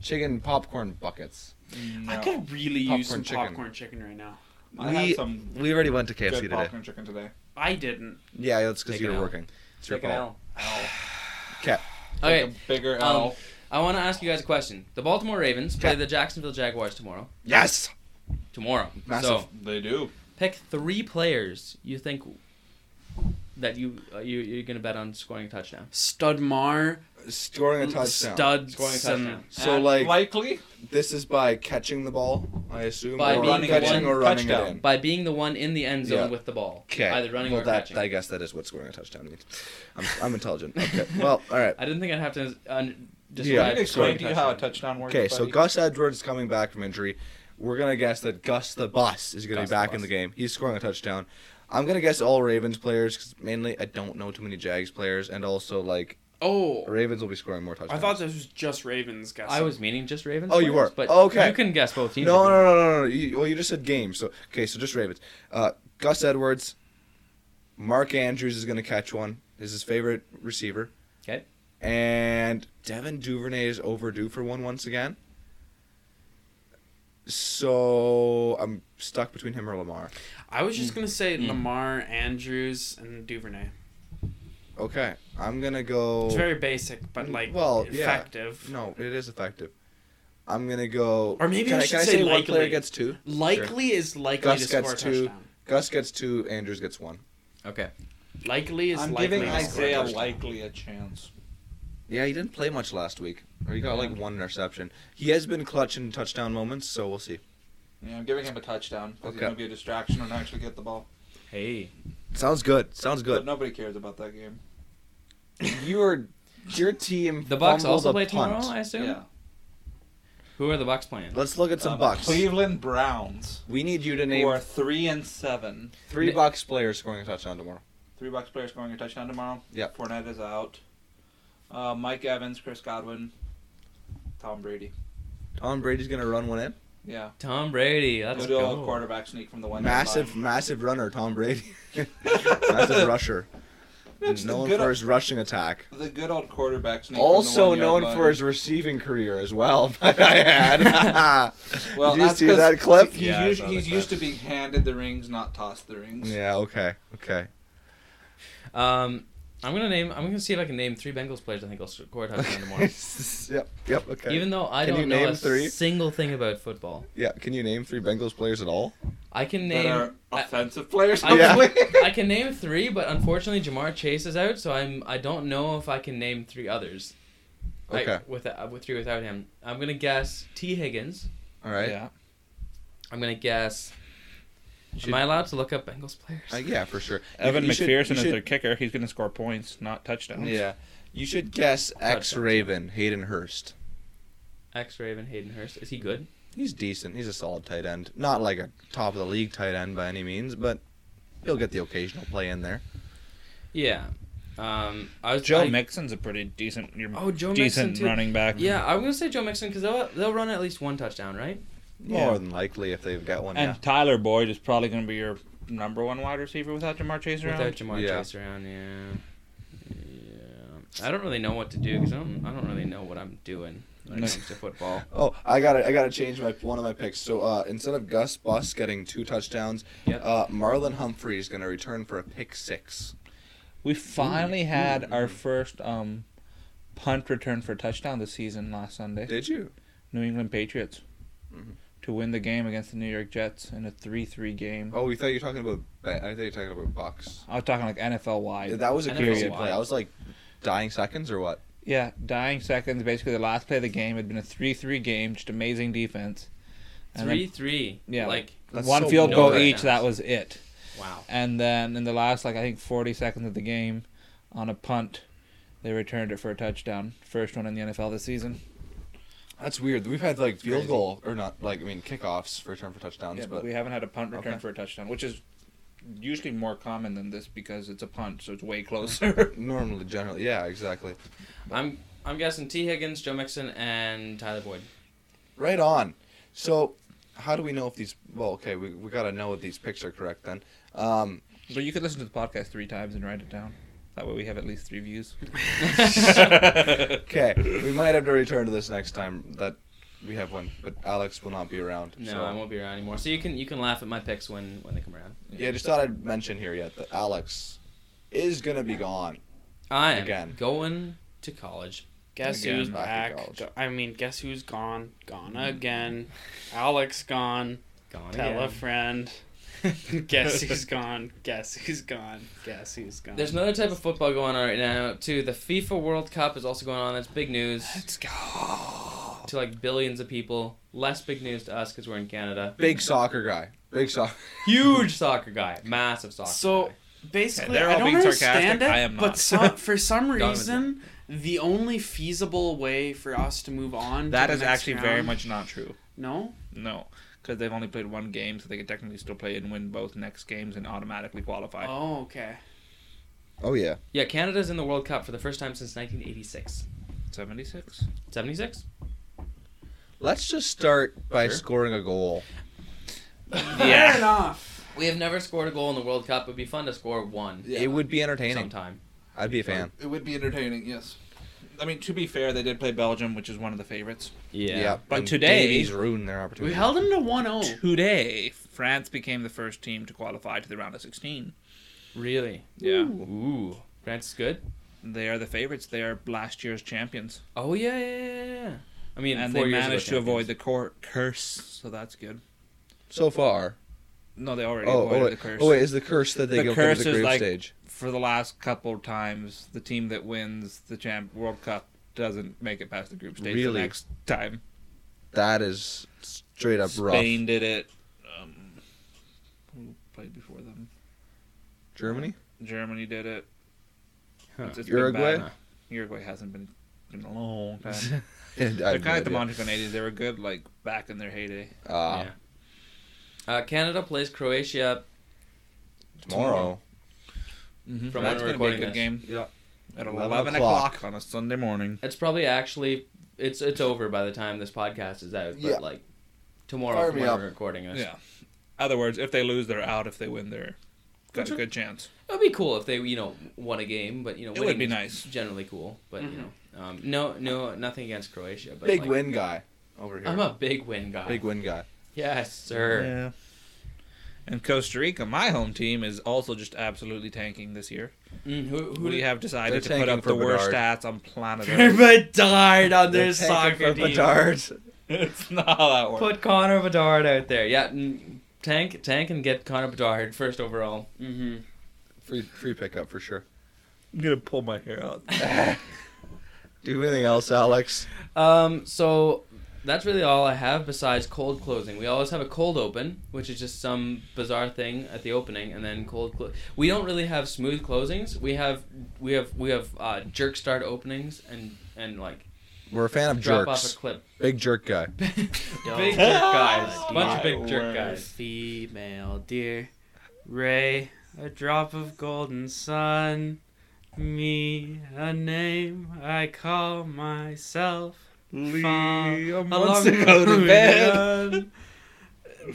chicken popcorn buckets. Mm-hmm. I could really use some Popcorn chicken. popcorn chicken right now. I had some we already went to KFC good popcorn chicken today. I didn't. Yeah, that's because Take you an were L. working. It's your Take an fault. L. Okay. Okay. Like a bigger um, L. I want to ask you guys a question. The Baltimore Ravens play Yeah. the Jacksonville Jaguars tomorrow. Yes. Tomorrow. Massive. So They do. pick three players you think that you uh, you you're gonna bet on scoring a touchdown. Studmar, Scoring a touchdown. Scoring a Studson. touchdown. So Uh, And like likely this is by catching the ball, I assume, By or being the catching one or running touchdown. it in. By being the one in the end zone Yeah. with the ball. Okay. Either running well, or that, catching. I guess that is what scoring a touchdown means. I'm, I'm intelligent. Okay. Well, all right. I didn't think I'd have to Yeah, uh, Can describe. you scoring explain to you how a touchdown works? Okay, so buddy? Gus Edwards is coming back from injury. We're gonna guess that Gus the Bus is gonna Gus be the back in Bus. the game. He's scoring a touchdown. I'm gonna guess all Ravens players 'cause mainly I don't know too many Jags players, and also like Oh, Ravens will be scoring more I touchdowns. thought this was just Ravens guessing. I was meaning just Ravens. Oh, you players, were. But Okay. You can guess both teams. no, if no, you no, no, no, no. You, well, you just said game. So okay, so just Ravens. Uh, Gus Edwards, Mark Andrews is gonna catch one. Is his favorite receiver. Okay. And Devin Duvernay is overdue for one once again. So I'm stuck between him or Lamar. I was Mm. just gonna say Lamar, Andrews, and Duvernay. Okay, I'm gonna go. It's very basic, but like Oh. Mm, Well, yeah. effective. No, it is effective. I'm gonna go. Or maybe I should say one player likely. gets two. Likely is likely Gus to score a gets two. touchdown. Gus gets two. Andrews gets one. want. Okay. Likely is I'm likely giving to score a Isaiah touchdown. likely a chance. Yeah, he didn't play much last week. Or he got like one interception. He has been clutch in touchdown moments, so we'll see. Yeah, I'm giving him a touchdown because he's Okay. gonna be a distraction and actually get the ball. Hey. Sounds good. Sounds But good. nobody cares about that game. Your your team. The Bucks fumbled also a play punt. tomorrow. I assume. Yeah. Who are the Bucks playing? Let's look at some Um, Bucks. Cleveland Browns, We need you to who are name three and seven. three Bucks players scoring a touchdown tomorrow. Three Bucks players scoring a touchdown tomorrow. Yep. Fournette is out. Uh, Mike Evans, Chris Godwin, Tom Brady. Tom Brady's gonna run one in. Yeah. Tom Brady. Let's Good go. old quarterback sneak from the one. Massive, massive runner, Tom Brady. massive rusher. known good- for his rushing attack. The good old quarterback sneak. from the Also one-yard known line. for his receiving career as well. might I add. Well, Did you that's see 'cause that clip? He's, Yeah, I used, saw he's that used to clip. being handed the rings, not tossed the rings. yeah. Okay. Okay. Um, I'm gonna name. I'm gonna see if I can name three Bengals players. I think will score a touchdown tomorrow. yep. Yep. Okay. Even though I Can don't you know name a three? single thing about football, yeah. Can you name three Bengals players at all? I can That are name. I, offensive players. Oh, I- Yeah. hopefully. I can name three, but unfortunately Jamar Chase is out, so I'm. I don't know if I can name three others. Like, Okay. with uh, with three without him, I'm gonna guess T Higgins. All right. Yeah. I'm gonna guess. Should- Am I allowed to look up Bengals players? Uh, yeah, for sure. You- Evan you should- McPherson you is should- their kicker. He's going to score points, not touchdowns. Yeah. You should guess ex Touchdown. Raven Hayden Hurst. X Raven Hayden Hurst. Is he good? He's decent. He's a solid tight end. Not like a top of the league tight end by any means, but he'll get the occasional play in there. Yeah. Um, I was Joe I- Mixon's a pretty decent. Your Oh, Joe decent Mixon, too. running back. Yeah, I'm gonna say Joe Mixon because they'll they'll run at least one touchdown, right? More Yeah. than likely if they've got one. And Tyler Boyd is probably going to be your number one wide receiver without Jamar Chase around. Without Jamar Yeah. Chase around, yeah. Yeah. I don't really know what to do because I don't I don't really know what I'm doing when it No. comes to football. Oh, I gotta, I gotta change my one of my picks. So uh, instead of Gus Bus getting two touchdowns, Yep. uh, Marlon Humphrey is gonna return for a pick six. We Mm-hmm. finally had our first um, punt return for touchdown this season last Sunday. Did you? New England Patriots Mm-hmm. to win the game against the New York Jets in a three-three game. Oh, we thought you were talking about. Ba- I thought you were talking about Bucks. I was talking like NFL wide. That was a NFL crazy wide. play. I was like, dying seconds or what? Yeah, dying seconds, basically the last play of the game had been a 3 3 game, just amazing defense. And then Three three. Yeah, Like That's one so field no goal touchdowns. each, that was it. wow. And then in the last, like, I think 40 seconds of the game, on a punt, they returned it for a touchdown. First one in the NFL this season. That's weird. We've had like field goal or not like I mean kickoffs for return for touchdowns, Yeah, but, but we haven't had a punt return Okay. for a touchdown, which is usually more common than this because it's a punt, so it's way closer. normally generally yeah, exactly. I'm I'm guessing T Higgins, Joe Mixon, and Tyler Boyd. Right on. So how do we know if these well, okay, we, we gotta know if these picks are correct then. Um but you could listen to the podcast three times and write it down. That way we have at least three views. okay. we might have to return to this next time that we have one, but Alex will not be around. No, so. I won't be around anymore. So you can you can laugh at my picks when when they come around. Yeah, just thought I'd mention here yet that Alex is gonna be gone. I am Again. going to college. Guess Again, who's back to back? college. Go- I mean, guess who's gone? Gone Mm. again. Alex gone. Gone Oh, Tell a again. friend. guess who's gone? Guess who's gone? Guess who's gone? There's another type of football going on right now too. The FIFA World Cup is also going on. That's big news Let's go. to like billions of people. Less big news to us because we're in Canada. Big soccer guy. Big soccer. Huge soccer guy, massive soccer. So guy. basically, they're I all don't being understand sarcastic. it. I am But not. some, for some even reason, the only feasible way for us to move on. That to is the next actually very round- much not true. no. No, because they've only played one game, so they could technically still play and win both next games and automatically qualify. Oh, okay. Oh yeah. yeah, Canada's in the World Cup for the first time since 1986. 76? 76. Let's just start by Sure. scoring a goal. Fair enough. We have never scored a goal in the World Cup. It'd be fun to score one It would be entertaining. sometime. I'd be a fan. It would be entertaining, yes. I mean, to be fair, they did play Belgium, which is one of the favorites. Yeah. But today- Davies ruined their We opportunity. held him to oh. 1-0. Oh. Today, France became the first team to qualify to the round of 16. Really? Yeah. Ooh. France is good. They are the favorites. They are last year's champions. Oh yeah, yeah, yeah, yeah, yeah. I mean, and four they years managed to ago avoid champions. the cor- curse, so that's good. so far. No, they already Oh, oh, avoided the wait, curse. oh wait, is the curse that they The go through curse the is group like- stage? For the last couple times, the team that wins the champ World Cup doesn't make it past the group stage Really? the next time. That is straight up Spain rough. did it. Um, who played before them? Germany, Germany did it. Huh. It's- it's been Uh, Uruguay. bad. Uruguay hasn't been in a long time. They're They're kind of like the Montreal Canadiens. They were good like back in their heyday. Uh, Yeah. Uh, Canada plays Croatia Tomorrow. Mm-hmm. From That's when going we're to be a recording good game. Yeah. At 11 11, o'clock. o'clock. on a Sunday morning. It's probably actually it's it's over by the time this podcast is out. But Yeah. like tomorrow Fire from me when up. we're recording this, Yeah. Other words, if they lose, they're out. If they win, they're got a good chance. it would be cool if they you know won a game. But you know It would winning be is nice. Generally cool, but you know um, no no nothing against Croatia. Mm-hmm. But Big like, win guy over here. I'm a big win guy. Big win guy. Yes, sir. Yeah. And Costa Rica, my home team, is also just absolutely tanking this year. Mm, who who do We you have decided to They're put tanking up for the worst Bedard. stats on planet Earth. Bedard on They're their tanking for soccer team. Bedard. it's not how that works. Put Connor Bedard out there. Yeah, mm, tank tank and get Connor Bedard first overall. Mm-hmm. Free free pickup for sure. I'm gonna pull my hair out. Do you have anything else, Alex? Um, so that's really all I have besides cold closing. We always have a cold open, which is just some bizarre thing at the opening, and then cold close. We don't really have smooth closings. We have we have we have uh, jerk start openings and and like We're a fan of drop off jerks. a clip. Big jerk guy. Big jerk guys, Oh, bunch my of big jerk word. guys. Female deer, Ray, a drop of golden sun. Me, a name I call myself. Liam wants to go to bed.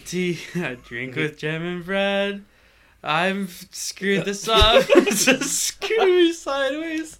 Tea, I drink with jam and bread. I'm screwed this up. Just screw me sideways.